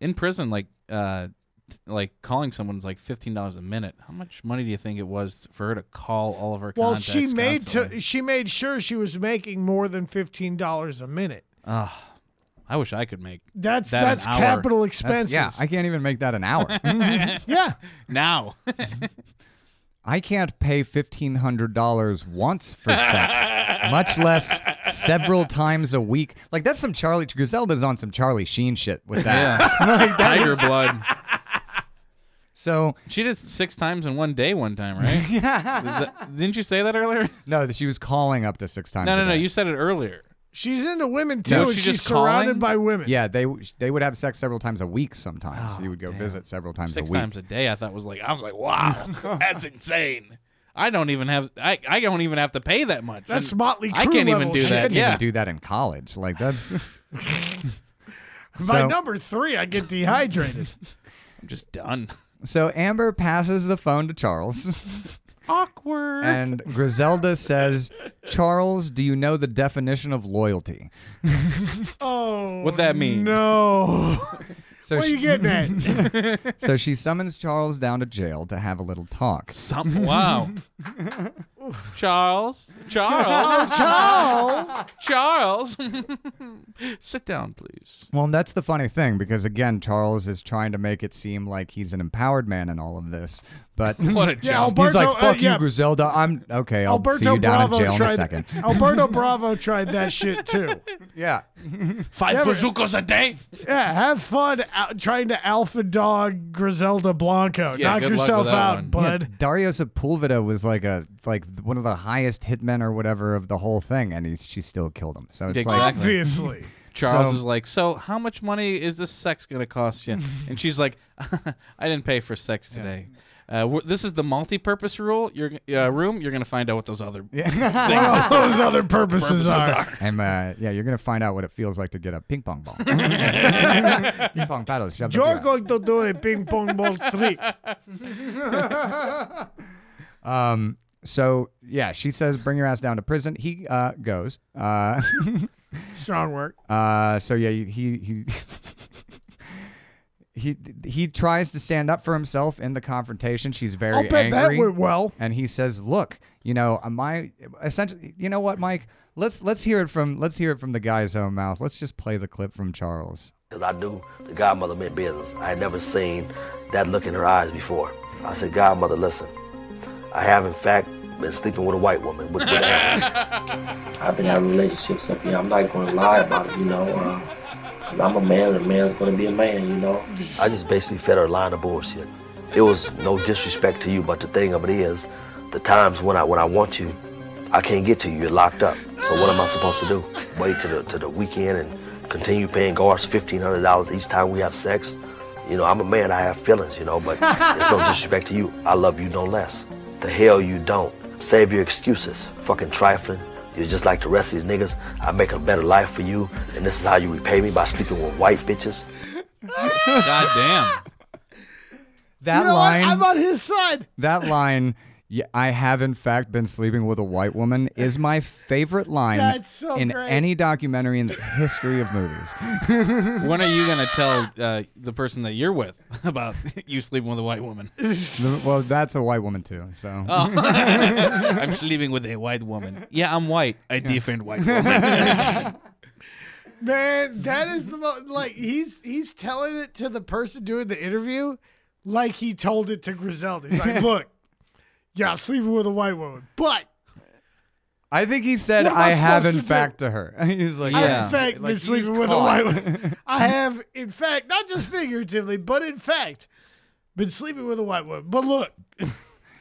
Speaker 3: In prison, like, uh, th- like calling someone's like fifteen dollars a minute. How much money do you think it was for her to call all of her?
Speaker 2: Well,
Speaker 3: contacts
Speaker 2: she made
Speaker 3: constantly?
Speaker 2: to, she made sure she was making more than fifteen dollars a minute.
Speaker 3: I wish I could make
Speaker 2: That's
Speaker 3: That an
Speaker 2: that's
Speaker 3: hour.
Speaker 2: capital
Speaker 1: That's-
Speaker 2: expenses.
Speaker 1: yeah, I can't even make that an hour.
Speaker 2: yeah.
Speaker 3: now.
Speaker 1: I can't pay $1,500 once for sex, much less several times a week. Like, that's some Charlie, Griselda's on some Charlie Sheen shit with that.
Speaker 3: Tiger blood.
Speaker 1: So,
Speaker 3: She did six times in one day one time, right? yeah. didn't you say that earlier?
Speaker 1: no, that she was calling up to six times
Speaker 3: No,
Speaker 1: a
Speaker 3: no, no.
Speaker 1: day.
Speaker 3: You said it earlier.
Speaker 2: She's into women too,
Speaker 3: No,
Speaker 2: and
Speaker 3: she's
Speaker 2: she's
Speaker 3: just calling?
Speaker 2: surrounded by women.
Speaker 1: yeah, they they would have sex several times a week sometimes. you would go visit several times
Speaker 3: Oh, Six
Speaker 1: a week.
Speaker 3: times a day. I thought was like I was like, wow, that's insane. I don't even have I, I don't even have to pay that much.
Speaker 2: That's
Speaker 3: And
Speaker 2: Motley
Speaker 3: I
Speaker 2: Crue
Speaker 3: can't even
Speaker 2: level
Speaker 3: do
Speaker 1: She
Speaker 2: shit.
Speaker 3: that.
Speaker 1: didn't
Speaker 3: Yeah.
Speaker 1: even do that in college. Like, that's.
Speaker 2: By
Speaker 1: So-
Speaker 2: number three, I get dehydrated.
Speaker 3: I'm just done.
Speaker 1: So, Amber passes the phone to Charles,
Speaker 3: Awkward.
Speaker 1: and Griselda says, Charles, do you know the definition of loyalty?
Speaker 2: oh,
Speaker 3: What that mean?
Speaker 2: No.
Speaker 1: So
Speaker 2: What are
Speaker 1: she-
Speaker 2: you getting at?
Speaker 1: So she summons Charles down to jail to have a little talk.
Speaker 3: Some, wow. Charles. Charles. Charles. Charles. Sit down, please.
Speaker 1: Well, and that's the funny thing because again, Charles is trying to make it seem like he's an empowered man in all of this, but
Speaker 3: What a
Speaker 2: Yeah,
Speaker 3: joke.
Speaker 2: Alberto.
Speaker 1: he's like,
Speaker 2: uh,
Speaker 1: "Fuck you,
Speaker 2: yeah,
Speaker 1: Griselda. I'm okay. I'll
Speaker 2: Alberto
Speaker 1: see you down
Speaker 2: Bravo
Speaker 1: in jail in
Speaker 2: tried
Speaker 1: a second.
Speaker 2: Alberto Bravo tried that shit too.
Speaker 1: yeah,
Speaker 5: Five
Speaker 2: Never-
Speaker 5: bazookas a day.
Speaker 2: Yeah, have fun out, trying to alpha dog Griselda Blanco.
Speaker 3: Yeah,
Speaker 2: Knock
Speaker 3: good luck
Speaker 2: yourself
Speaker 3: with that
Speaker 2: out,
Speaker 3: one.
Speaker 2: bud.
Speaker 1: Dario Sepulveda was like a like one of the highest hitmen or whatever of the whole thing, and he she still killed him. So it's like,
Speaker 3: Exactly.
Speaker 2: Obviously.
Speaker 3: Charles
Speaker 1: So-
Speaker 3: is like, so how much money is this sex gonna cost you? And she's like, I didn't pay for sex today. Uh, w- this is the multi-purpose rule. Your uh, room. You're gonna find out what those other
Speaker 2: What those other purposes,
Speaker 3: purposes
Speaker 2: are.
Speaker 3: are.
Speaker 1: And uh, yeah, you're gonna find out what it feels like to get a ping pong ball. ping pong paddle shoved up your
Speaker 2: You're
Speaker 1: ass.
Speaker 2: going to do a ping pong ball trick.
Speaker 1: So yeah, she says, "Bring your ass down to prison." He uh, goes. Uh,
Speaker 2: Strong work.
Speaker 1: uh, so yeah, he he. He, he tries to stand up for himself in the confrontation. She's very
Speaker 2: I'll bet
Speaker 1: angry.
Speaker 2: that went well.
Speaker 1: and he says, "Look, you know, uh, my essentially, you know what, Mike? Let's let's hear it from let's hear it from the guy's own mouth. Let's just play the clip from Charles."
Speaker 4: Because I knew the godmother meant business. I had never seen that look in her eyes before. I said, Godmother, listen, I have in fact been sleeping with a white woman. With, with
Speaker 6: I've been having relationships up here. I'm not going to lie about it, you know. Uh, 'cause I'm a man, and a man's going to be a man, you know.
Speaker 4: I just basically fed her a line of bullshit. It was no disrespect to you, but the thing of it is, the times when I when I want you, I can't get to you. You're locked up. So what am I supposed to do? Wait to the to the weekend and continue paying guards fifteen hundred dollars each time we have sex? You know, I'm a man. I have feelings. You know, but it's no disrespect to you. I love you no less. The hell you don't. Save your excuses. Fucking trifling. You're just like the rest of these niggas. I make a better life for you, and this is how you repay me by sleeping with white bitches.
Speaker 3: God damn.
Speaker 1: That
Speaker 2: You know what?
Speaker 1: line,
Speaker 2: I'm on his side.
Speaker 1: that line. Yeah, I have in fact been sleeping with a white woman is my favorite line
Speaker 2: Yeah, it's so
Speaker 1: in
Speaker 2: great.
Speaker 1: any documentary in the history of movies.
Speaker 3: When are you gonna tell uh, the person that you're with about you sleeping with a white woman?
Speaker 1: The- well, that's a white woman too. So
Speaker 3: Oh. I'm sleeping with a white woman. Yeah, I'm white. I defend white women.
Speaker 2: Man, that is the most like he's he's telling it to the person doing the interview like he told it to Griselda. He's like, look, yeah, I'm sleeping with a white woman, but
Speaker 1: I think he said
Speaker 2: What am I
Speaker 1: I have in
Speaker 2: supposed to do?"
Speaker 1: fact to her. he was like,
Speaker 3: I
Speaker 2: I
Speaker 1: yeah.
Speaker 2: have in fact
Speaker 1: Like,
Speaker 2: been
Speaker 1: he's
Speaker 2: sleeping with
Speaker 1: caught.
Speaker 2: a white woman. I have, in fact, not just figuratively, but in fact, been sleeping with a white woman. But look,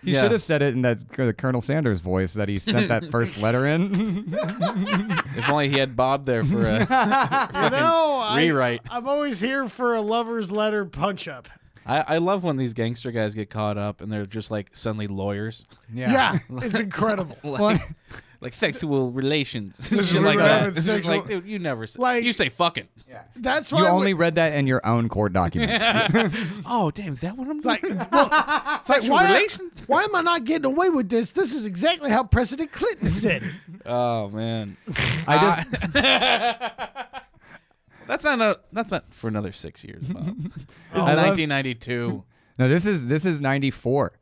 Speaker 1: He
Speaker 3: Yeah.
Speaker 1: should have said it in that Col- Colonel Sanders voice that he sent that first letter in.
Speaker 3: if only he had Bob there for uh, a.
Speaker 2: you know,
Speaker 3: rewrite.
Speaker 2: I, I'm always here for a lover's letter punch up.
Speaker 3: I, I love when these gangster guys get caught up and they're just like suddenly lawyers.
Speaker 2: Yeah, it's incredible.
Speaker 3: Like, like sexual relations and
Speaker 2: This is
Speaker 3: shit
Speaker 2: where
Speaker 3: like
Speaker 2: we're
Speaker 3: that.
Speaker 2: having
Speaker 3: It's just
Speaker 2: sexual-
Speaker 3: like, dude, you never say.
Speaker 2: Like-
Speaker 3: you say fucking.
Speaker 2: That's why
Speaker 1: You
Speaker 2: we-
Speaker 1: only read that in your own court documents.
Speaker 3: Oh, damn, is that what I'm
Speaker 2: like,
Speaker 3: like?
Speaker 2: look, it's like
Speaker 3: Sexual
Speaker 2: why,
Speaker 3: relation?
Speaker 2: why am I not getting away with this? This is exactly how President Clinton said. it.
Speaker 3: Oh man,
Speaker 1: I just
Speaker 3: that's not a, that's not for another six years. Bob. This is
Speaker 1: I love-
Speaker 3: 1992.
Speaker 1: no. This is this is ninety four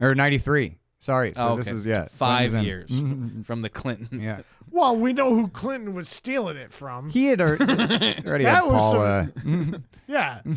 Speaker 1: or ninety three. Sorry. So
Speaker 3: Oh,
Speaker 1: this
Speaker 3: okay.
Speaker 1: is yeah
Speaker 3: five
Speaker 1: this is in-
Speaker 3: years from the Clinton.
Speaker 1: Yeah.
Speaker 2: Well, we know who Clinton was stealing it from.
Speaker 1: He had already, already had
Speaker 2: That was some-
Speaker 1: Paula.
Speaker 2: yeah. It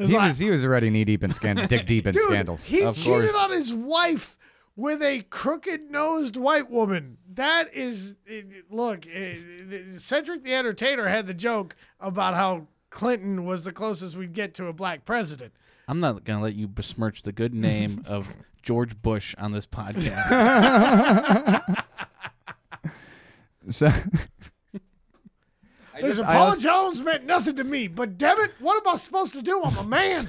Speaker 2: was
Speaker 1: he
Speaker 2: like,
Speaker 1: was he was already knee deep in scandal, dick deep in
Speaker 2: Dude,
Speaker 1: scandals.
Speaker 2: He
Speaker 3: Of
Speaker 2: cheated
Speaker 3: course.
Speaker 2: on his wife with a crooked-nosed white woman. That is, it- look, it- Cedric the Entertainer had the joke about how Clinton was the closest we'd get to a black president.
Speaker 3: I'm not gonna let you besmirch the good name of George Bush on this podcast.
Speaker 1: so
Speaker 2: Listen,
Speaker 1: I
Speaker 2: Paul
Speaker 1: also-
Speaker 2: Jones meant nothing to me, but damn it, what am I supposed to do? I'm a man.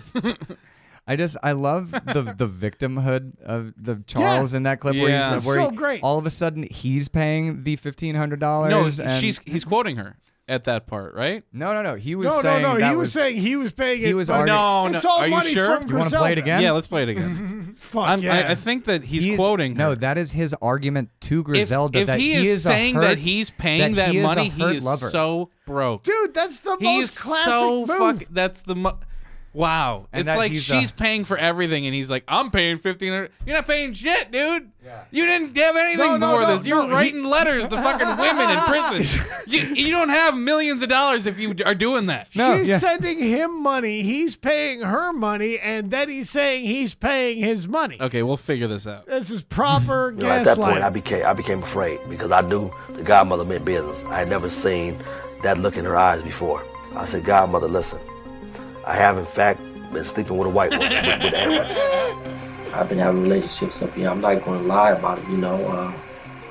Speaker 1: I just I love the the victimhood of the Charles in that clip where,
Speaker 3: Yeah.
Speaker 1: he's,
Speaker 2: It's
Speaker 1: where
Speaker 2: so
Speaker 1: he-
Speaker 2: great.
Speaker 1: all of a sudden he's paying the fifteen hundred dollars.
Speaker 3: no, she's he's quoting her at that part, right?
Speaker 1: no no no. He was
Speaker 2: No, no,
Speaker 1: saying
Speaker 2: no.
Speaker 1: that
Speaker 2: He was,
Speaker 1: was
Speaker 2: saying he was paying it.
Speaker 1: He was
Speaker 2: but
Speaker 1: arguing-
Speaker 3: No,
Speaker 2: it's
Speaker 3: no.
Speaker 2: all
Speaker 3: Are you
Speaker 2: money
Speaker 3: sure?
Speaker 2: from
Speaker 1: You wanna play it
Speaker 2: Griselda.
Speaker 1: again?
Speaker 3: Yeah, let's play it again.
Speaker 2: Fuck
Speaker 3: I'm,
Speaker 2: yeah.
Speaker 3: I, I think that he's,
Speaker 1: He's-
Speaker 3: quoting.
Speaker 1: No,
Speaker 3: her.
Speaker 1: that is his argument to
Speaker 3: if,
Speaker 1: Griselda
Speaker 3: if
Speaker 1: that
Speaker 3: he, is,
Speaker 1: a
Speaker 3: saying
Speaker 1: hurt-
Speaker 3: that he's paying that,
Speaker 1: he is a
Speaker 3: money, he
Speaker 1: hurt
Speaker 3: is
Speaker 1: lover.
Speaker 3: so broke.
Speaker 2: Dude, that's the
Speaker 3: he's
Speaker 2: most classic
Speaker 3: so
Speaker 2: move.
Speaker 3: fuck. That's the. Mo- Wow,
Speaker 1: And
Speaker 3: it's
Speaker 1: that
Speaker 3: like
Speaker 1: he's
Speaker 3: she's
Speaker 1: a-
Speaker 3: paying for everything, and he's like, "I'm paying fifteen hundred. You're not paying shit, dude. You didn't have anything
Speaker 2: No, no,
Speaker 3: before
Speaker 2: no,
Speaker 3: this. You're
Speaker 2: no, he-
Speaker 3: writing letters to fucking women in prison. you, you don't have millions of dollars if you are doing that.
Speaker 1: No,
Speaker 2: She's
Speaker 1: yeah.
Speaker 2: sending him money. He's paying her money, and then he's saying he's paying his money.
Speaker 3: Okay, we'll figure this out.
Speaker 2: This is proper
Speaker 4: You know, at that point, I
Speaker 2: gaslighting.
Speaker 4: became I became afraid because I knew the godmother meant business. I had never seen that look in her eyes before. I said, Godmother, listen, I have in fact been sleeping with a white woman. with, with ass.
Speaker 6: I've been having relationships up here. I'm not going to lie about it, you know. Uh,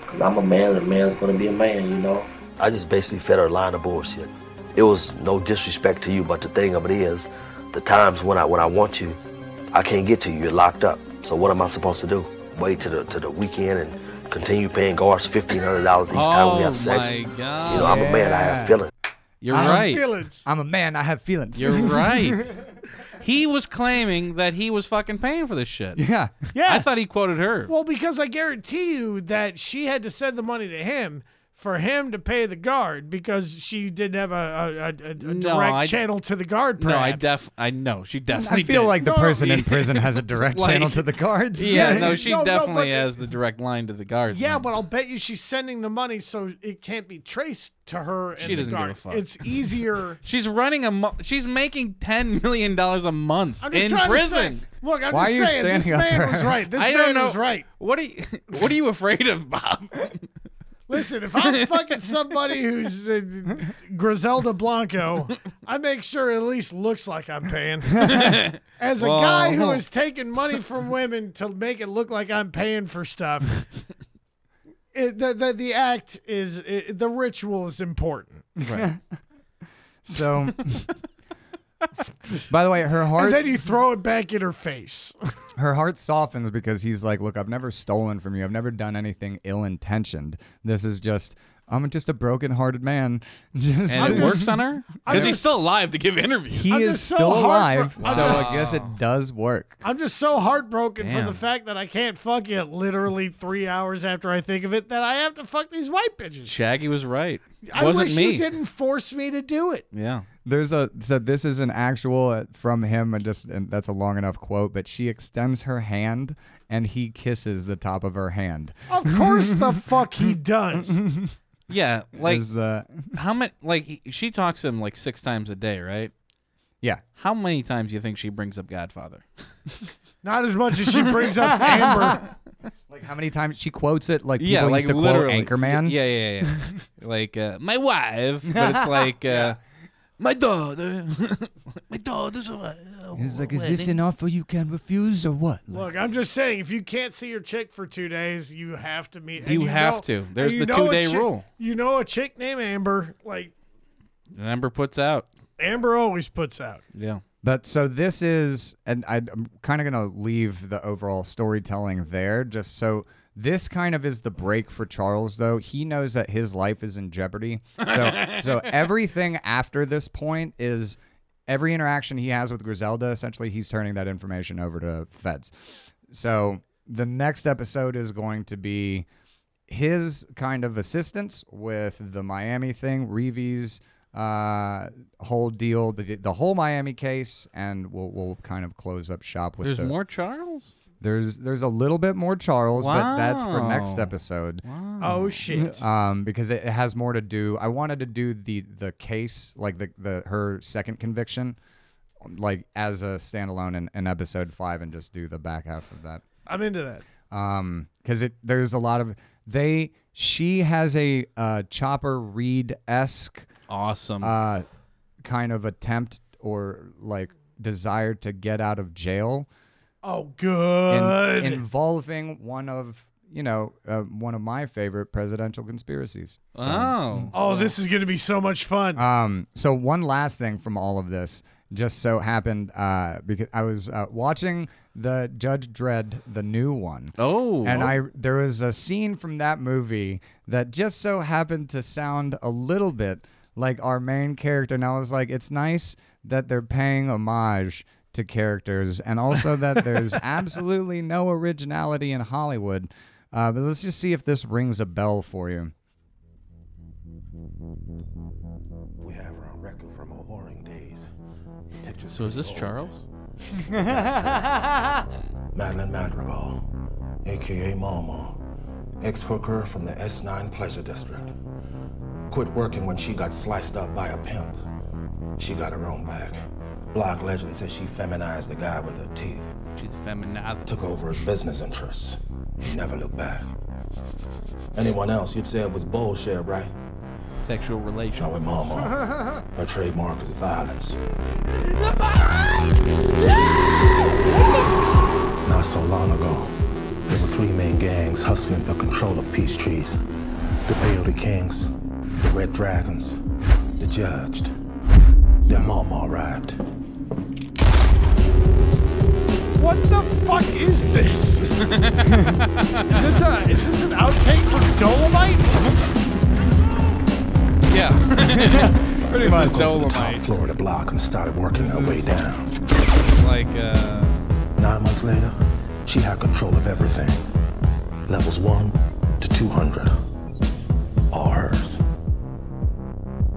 Speaker 6: 'cause I'm a man, and a man's going to be a man, you know.
Speaker 4: I just basically fed her a line of bullshit. It was no disrespect to you, but the thing of it is, the times when I when I want you, I can't get to you. You're locked up. So what am I supposed to do? Wait to the to the weekend and continue paying guards fifteen hundred dollars each time we
Speaker 3: Oh,
Speaker 4: have sex?
Speaker 3: my God.
Speaker 4: You know, I'm a man. I have feelings.
Speaker 3: You're
Speaker 1: I'm
Speaker 3: right.
Speaker 2: Feelings.
Speaker 1: I'm a man. I have feelings.
Speaker 3: You're right. He was claiming that he was fucking paying for this shit.
Speaker 1: yeah.
Speaker 2: Yeah.
Speaker 3: I thought he quoted her.
Speaker 2: Well, because I guarantee you that she had to send the money to him for him to pay the guard because she didn't have a, a, a, a- a direct
Speaker 3: I-
Speaker 2: channel to the guard.
Speaker 3: no, I
Speaker 2: perhaps.
Speaker 3: def I know she definitely.
Speaker 1: I feel
Speaker 3: did.
Speaker 1: like the
Speaker 2: No,
Speaker 1: person in
Speaker 3: yeah.
Speaker 1: prison has a direct
Speaker 3: Like-
Speaker 1: channel to the guards.
Speaker 3: Yeah,
Speaker 2: Yeah,
Speaker 3: no, she
Speaker 2: no, no,
Speaker 3: definitely
Speaker 2: but-
Speaker 3: has the direct line to the guards.
Speaker 2: Yeah,
Speaker 3: man.
Speaker 2: but I'll bet you she's sending the money so it can't be traced to her. And
Speaker 3: She
Speaker 2: the
Speaker 3: doesn't give
Speaker 2: guard.
Speaker 3: a fuck.
Speaker 2: It's easier.
Speaker 3: she's running a. Mo- she's making ten million dollars a month
Speaker 2: I'm just
Speaker 3: in
Speaker 2: trying
Speaker 3: prison.
Speaker 2: To say, look, I'm
Speaker 1: Why are you
Speaker 2: just saying this
Speaker 1: standing up for
Speaker 2: man was
Speaker 1: her?
Speaker 2: right. This
Speaker 3: I
Speaker 2: man
Speaker 3: don't know.
Speaker 2: was right.
Speaker 3: What are you? What are you afraid of, Bob?
Speaker 2: Listen, if I'm fucking somebody who's uh, Griselda Blanco, I make sure it at least looks like I'm paying. As a guy who
Speaker 3: Well- uh-huh.
Speaker 2: is taking money from women to make it look like I'm paying for stuff, it, the, the the act is it, the ritual is important.
Speaker 1: So, by the way, her
Speaker 2: And
Speaker 1: heart
Speaker 2: then you throw it back in her face.
Speaker 1: her heart softens because he's like, "Look, I've never stolen from you. I've never done anything ill-intentioned. This is just." I'm just a broken-hearted man. Just
Speaker 3: And it
Speaker 2: just-
Speaker 3: works on her because he's
Speaker 2: just-
Speaker 3: still alive to give interviews.
Speaker 1: he
Speaker 2: I'm
Speaker 1: is
Speaker 2: just so
Speaker 1: still alive,
Speaker 2: heartbro-
Speaker 1: so I guess it does work.
Speaker 2: I'm just so heartbroken for
Speaker 3: Damn.
Speaker 2: the fact that I can't fuck you literally three hours after I think of it that I have to fuck these white bitches.
Speaker 3: Shaggy was right.
Speaker 2: I
Speaker 3: Wasn't
Speaker 2: wish
Speaker 3: me.
Speaker 2: you didn't force me to do it.
Speaker 3: Yeah.
Speaker 1: There's a so this is an actual uh, from him and just and that's a long enough quote, but she extends her hand and he kisses the top of her hand.
Speaker 2: Of course the fuck he does.
Speaker 3: Yeah. Like
Speaker 1: is the
Speaker 3: how many? Like he- she talks to him like six times a day, right?
Speaker 1: yeah.
Speaker 3: How many times do you think she brings up Godfather?
Speaker 2: Not as much as she brings up Amber.
Speaker 1: Like how many times she quotes it like people
Speaker 3: yeah, like
Speaker 1: used to
Speaker 3: literally.
Speaker 1: quote Anchorman.
Speaker 3: Yeah, yeah, yeah. yeah. like uh, my wife, but it's like uh, my daughter. my daughter's. a- a
Speaker 1: He's like, is this an offer you can refuse or what? Like,
Speaker 2: Look, I'm just saying, if you can't see your chick for two days, you have to meet. and
Speaker 3: You have
Speaker 2: know-
Speaker 3: to.
Speaker 2: and
Speaker 3: There's
Speaker 2: you
Speaker 3: the
Speaker 2: know a
Speaker 3: two-day
Speaker 2: chick-
Speaker 3: rule.
Speaker 2: You know a chick named Amber, like
Speaker 3: And Amber puts out.
Speaker 2: Amber always puts out.
Speaker 3: Yeah.
Speaker 1: But so this is, and I- I'm kind of going to leave the overall storytelling there, just so this kind of is the break for Charles, though. He knows that his life is in jeopardy. So, so everything after this point is every interaction he has with Griselda, essentially, he's turning that information over to feds. So the next episode is going to be his kind of assistance with the Miami thing, Reeves' uh, whole deal, the, the whole Miami case, and we'll, we'll kind of close up shop with
Speaker 3: There's
Speaker 1: the-
Speaker 3: more Charles.
Speaker 1: There's there's a little bit more Charles, but that's for next
Speaker 3: Wow.
Speaker 1: episode.
Speaker 3: Mm.
Speaker 2: Oh shit!
Speaker 1: Um, because it, it has more to do. I wanted to do the the case, like the, the her second conviction, like as a standalone in, in episode five, and just do the back half of that
Speaker 2: I'm into that.
Speaker 1: um because it there's a lot of they she has a uh chopper reed esque
Speaker 3: Awesome.
Speaker 1: uh kind of attempt or like desire to get out of jail
Speaker 2: Oh
Speaker 1: in-
Speaker 2: good.
Speaker 1: involving one of you know uh, one of my favorite presidential conspiracies So-
Speaker 3: oh.
Speaker 2: oh, this is gonna be so much fun.
Speaker 3: uh,
Speaker 1: Um, so one last thing from all of this just so happened uh, because I was uh, watching the Judge Dredd, the new one.
Speaker 3: Oh.
Speaker 1: And I there was a scene from that movie that just so happened to sound a little bit like our main character. And I was like, it's nice that they're paying homage to characters, and also that there's absolutely no originality in Hollywood. Uh, but let's just see if this rings a bell for you.
Speaker 7: We have her on record from our whoring days. Pictures
Speaker 3: So is this
Speaker 7: of
Speaker 3: Charles?
Speaker 7: Madeline Madrigal, aka Mama, ex hooker from the S9 Pleasure District. Quit working when she got sliced up by a pimp. She got her own back. Block legend says she feminized the guy with her teeth,
Speaker 3: She's feminine.
Speaker 7: took over his business interests, never looked back. Anyone else, you'd say it was bullshit, right?
Speaker 3: Sexual relation.
Speaker 7: Now
Speaker 1: Oh,
Speaker 7: with Mama, her trademark is violence. Not so long ago, there were three main gangs hustling for control of peace trees. The Peyote Kings, the Red Dragons, the Judged. Their mama arrived.
Speaker 2: What the fuck is this? is this a is this an outtake for Dolomite?
Speaker 3: Yeah.
Speaker 2: Pretty
Speaker 3: this is
Speaker 7: From the top
Speaker 3: Dolomite.
Speaker 7: floor of the block and started working her way down.
Speaker 3: Like, uh,
Speaker 7: Nine months later, she had control of everything. Levels 1 to 200. All hers.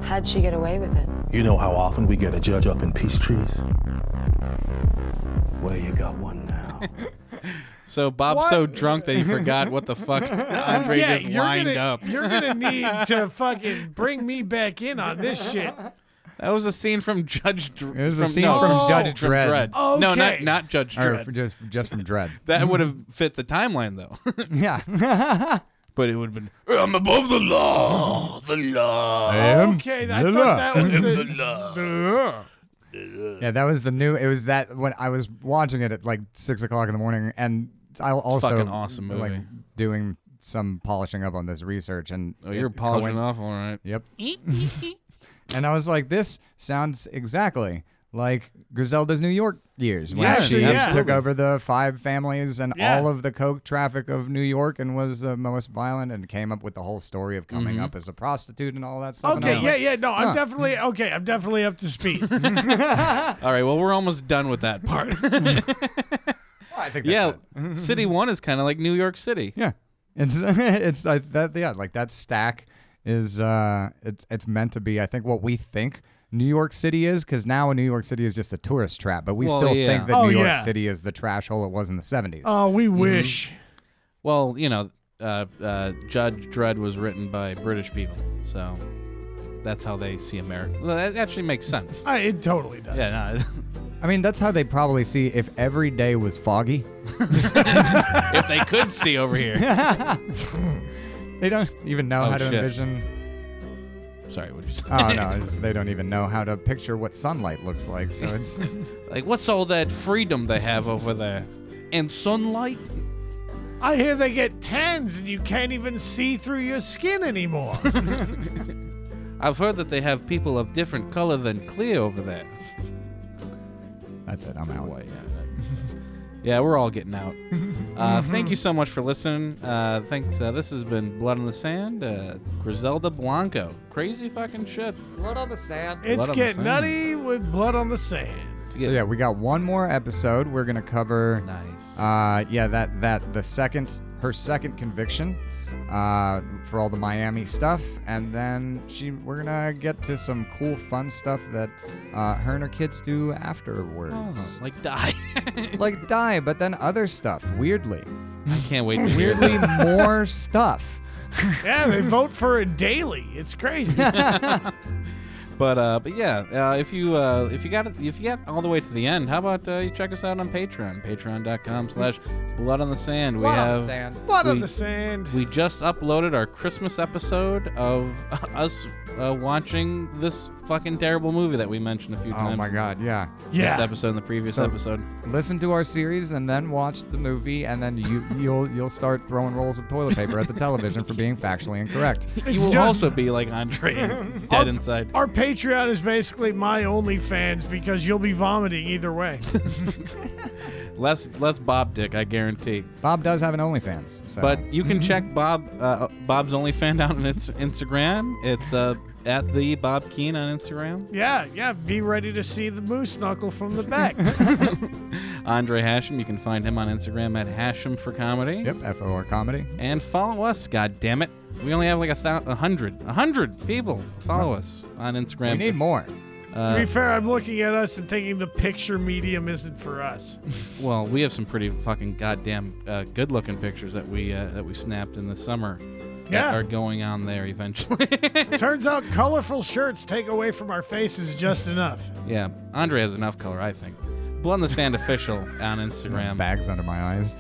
Speaker 8: How'd she get away with it?
Speaker 7: You know how often we get a judge up in peace trees?
Speaker 9: Well, you got one now.
Speaker 3: so Bob's
Speaker 2: What?
Speaker 3: so drunk that he forgot what the fuck Andre
Speaker 2: yeah,
Speaker 3: just
Speaker 2: you're
Speaker 3: lined
Speaker 2: gonna,
Speaker 3: up.
Speaker 2: You're gonna need to fucking bring me back in on this shit.
Speaker 3: That was a scene from Judge. Dr-
Speaker 1: It was a
Speaker 3: from,
Speaker 1: scene
Speaker 3: no,
Speaker 1: from
Speaker 3: from
Speaker 1: Judge Dredd.
Speaker 3: No, not
Speaker 2: Okay.
Speaker 3: not Judge
Speaker 1: Or
Speaker 3: Dredd.
Speaker 1: just just from Dread.
Speaker 3: That would have fit the timeline though.
Speaker 1: yeah.
Speaker 3: but it would have been
Speaker 5: I'm above the law. The law.
Speaker 2: Okay, I thought that was the
Speaker 1: yeah, that was the new. It was that when I was watching it at like six o'clock in the morning, and I also
Speaker 3: fucking awesome movie.
Speaker 1: like doing some polishing up on this research. And
Speaker 3: oh, you're
Speaker 1: it
Speaker 3: polishing
Speaker 1: coin-
Speaker 3: off, all right.
Speaker 1: Yep. and I was like, this sounds exactly like Griselda's New York years when
Speaker 2: Yeah,
Speaker 1: she
Speaker 2: yeah.
Speaker 1: took over the five families and
Speaker 2: Yeah.
Speaker 1: all of the coke traffic of New York and was the most violent and came up with the whole story of coming
Speaker 3: Mm-hmm.
Speaker 1: up as a prostitute and all that stuff. And I
Speaker 2: Okay,
Speaker 1: was
Speaker 2: yeah,
Speaker 1: like,
Speaker 2: yeah, no, I'm definitely okay. I'm definitely up to speed.
Speaker 3: All right, well, we're almost done with that part.
Speaker 1: "Oh, I think that's
Speaker 3: yeah,
Speaker 1: it.
Speaker 3: City 1 is kind of like New York City.
Speaker 1: Yeah. It's it's like that yeah, like that stack is uh it's it's meant to be I think what we think New York City is cuz now New York City is just a tourist trap, but we
Speaker 3: Well,
Speaker 1: still
Speaker 3: yeah.
Speaker 1: think that
Speaker 2: Oh,
Speaker 1: New York
Speaker 2: yeah.
Speaker 1: City is the trash hole it was in the 70s.
Speaker 2: oh, we
Speaker 3: Mm-hmm.
Speaker 2: wish.
Speaker 3: Well, you know, uh, uh, Judge Dredd was written by British people, so that's how they see America. Well, that actually makes sense.
Speaker 2: I, it totally does.
Speaker 3: Yeah,
Speaker 1: I mean, that's how they probably see if every day was foggy.
Speaker 3: no, if they could see over here.
Speaker 1: They don't even know
Speaker 3: Oh,
Speaker 1: how to
Speaker 3: shit.
Speaker 1: envision.
Speaker 3: Sorry, what you say?
Speaker 1: Oh no, it's- they don't even know how to picture what sunlight looks like. So it's
Speaker 3: Like, what's all that freedom they have over there? And sunlight?
Speaker 2: I hear they get tans and you can't even see through your skin anymore.
Speaker 3: I've heard that they have people of different color than clear over there.
Speaker 1: that's it. I'm out.
Speaker 3: Boy, Oh, yeah. yeah, we're all getting out. Uh, thank you so much for listening. Uh, thanks. Uh, this has been Blood on the Sand, uh, Griselda Blanco. Crazy fucking shit.
Speaker 1: Blood on the sand.
Speaker 2: it's
Speaker 3: on the
Speaker 2: getting
Speaker 3: sand.
Speaker 2: nutty with blood on the sand.
Speaker 1: So yeah, we got one more episode. We're gonna cover.
Speaker 3: Nice.
Speaker 1: Uh, yeah, that that the second her second conviction, uh, for all the Miami stuff, and then she we're gonna get to some cool fun stuff that, uh, her and her kids do
Speaker 3: Oh,
Speaker 1: afterwards,
Speaker 3: like die.
Speaker 1: like die, but then other stuff. Weirdly,
Speaker 3: I can't wait. To Weirdly,
Speaker 1: weirdly more stuff.
Speaker 2: Yeah, they vote for it daily. It's crazy.
Speaker 3: but uh, but yeah, uh, if you uh, if you got it, if you got all the way to the end, how about uh, you check us out on Patreon, Patreon.com/slash Blood on the Sand. we have
Speaker 2: blood on
Speaker 3: We-
Speaker 2: the sand.
Speaker 3: We just uploaded our Christmas episode of us uh, watching this fucking terrible movie that we mentioned a few times.
Speaker 1: Oh my god, yeah.
Speaker 3: This
Speaker 2: yeah.
Speaker 3: episode and the previous
Speaker 1: So-
Speaker 3: episode.
Speaker 1: Listen to our series and then watch the movie and then you you'll you'll start throwing rolls of toilet paper at the television for being factually incorrect.
Speaker 2: It's
Speaker 3: you will
Speaker 2: just-
Speaker 3: also be like Andre, and dead inside.
Speaker 2: Our Patreon is basically my OnlyFans because you'll be vomiting either way.
Speaker 3: Less less Bob Dick, I guarantee.
Speaker 1: Bob does have an OnlyFans. So.
Speaker 3: But you
Speaker 1: Mm-hmm.
Speaker 3: can check Bob uh, Bob's only fan out on its Instagram. It's uh, at the Bob Keen on Instagram.
Speaker 2: yeah, yeah. Be ready to see the moose knuckle from the back.
Speaker 3: Andre Hashem, you can find him on Instagram at Hashem for Comedy.
Speaker 1: Yep, FOR comedy.
Speaker 3: and follow us. God damn it, we only have like a thou- a hundred, a hundred people follow us on Instagram.
Speaker 1: We need more.
Speaker 3: Uh,
Speaker 2: to be fair, I'm looking at us and thinking the picture medium isn't for us.
Speaker 3: well, we have some pretty fucking goddamn uh, good-looking pictures that we uh, that we snapped in the summer.
Speaker 2: Yeah.
Speaker 3: that are going on there eventually.
Speaker 2: Turns out colorful shirts take away from our faces just enough.
Speaker 3: yeah, Andre has enough color, I think. Blund the Sand official on Instagram.
Speaker 1: Bags under my eyes.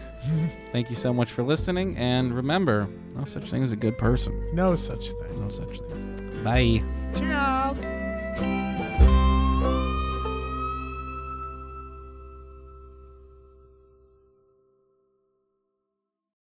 Speaker 3: Thank you so much for listening, and remember, no such thing as a good person.
Speaker 2: No such thing.
Speaker 3: No such thing. Bye.
Speaker 2: Cheers.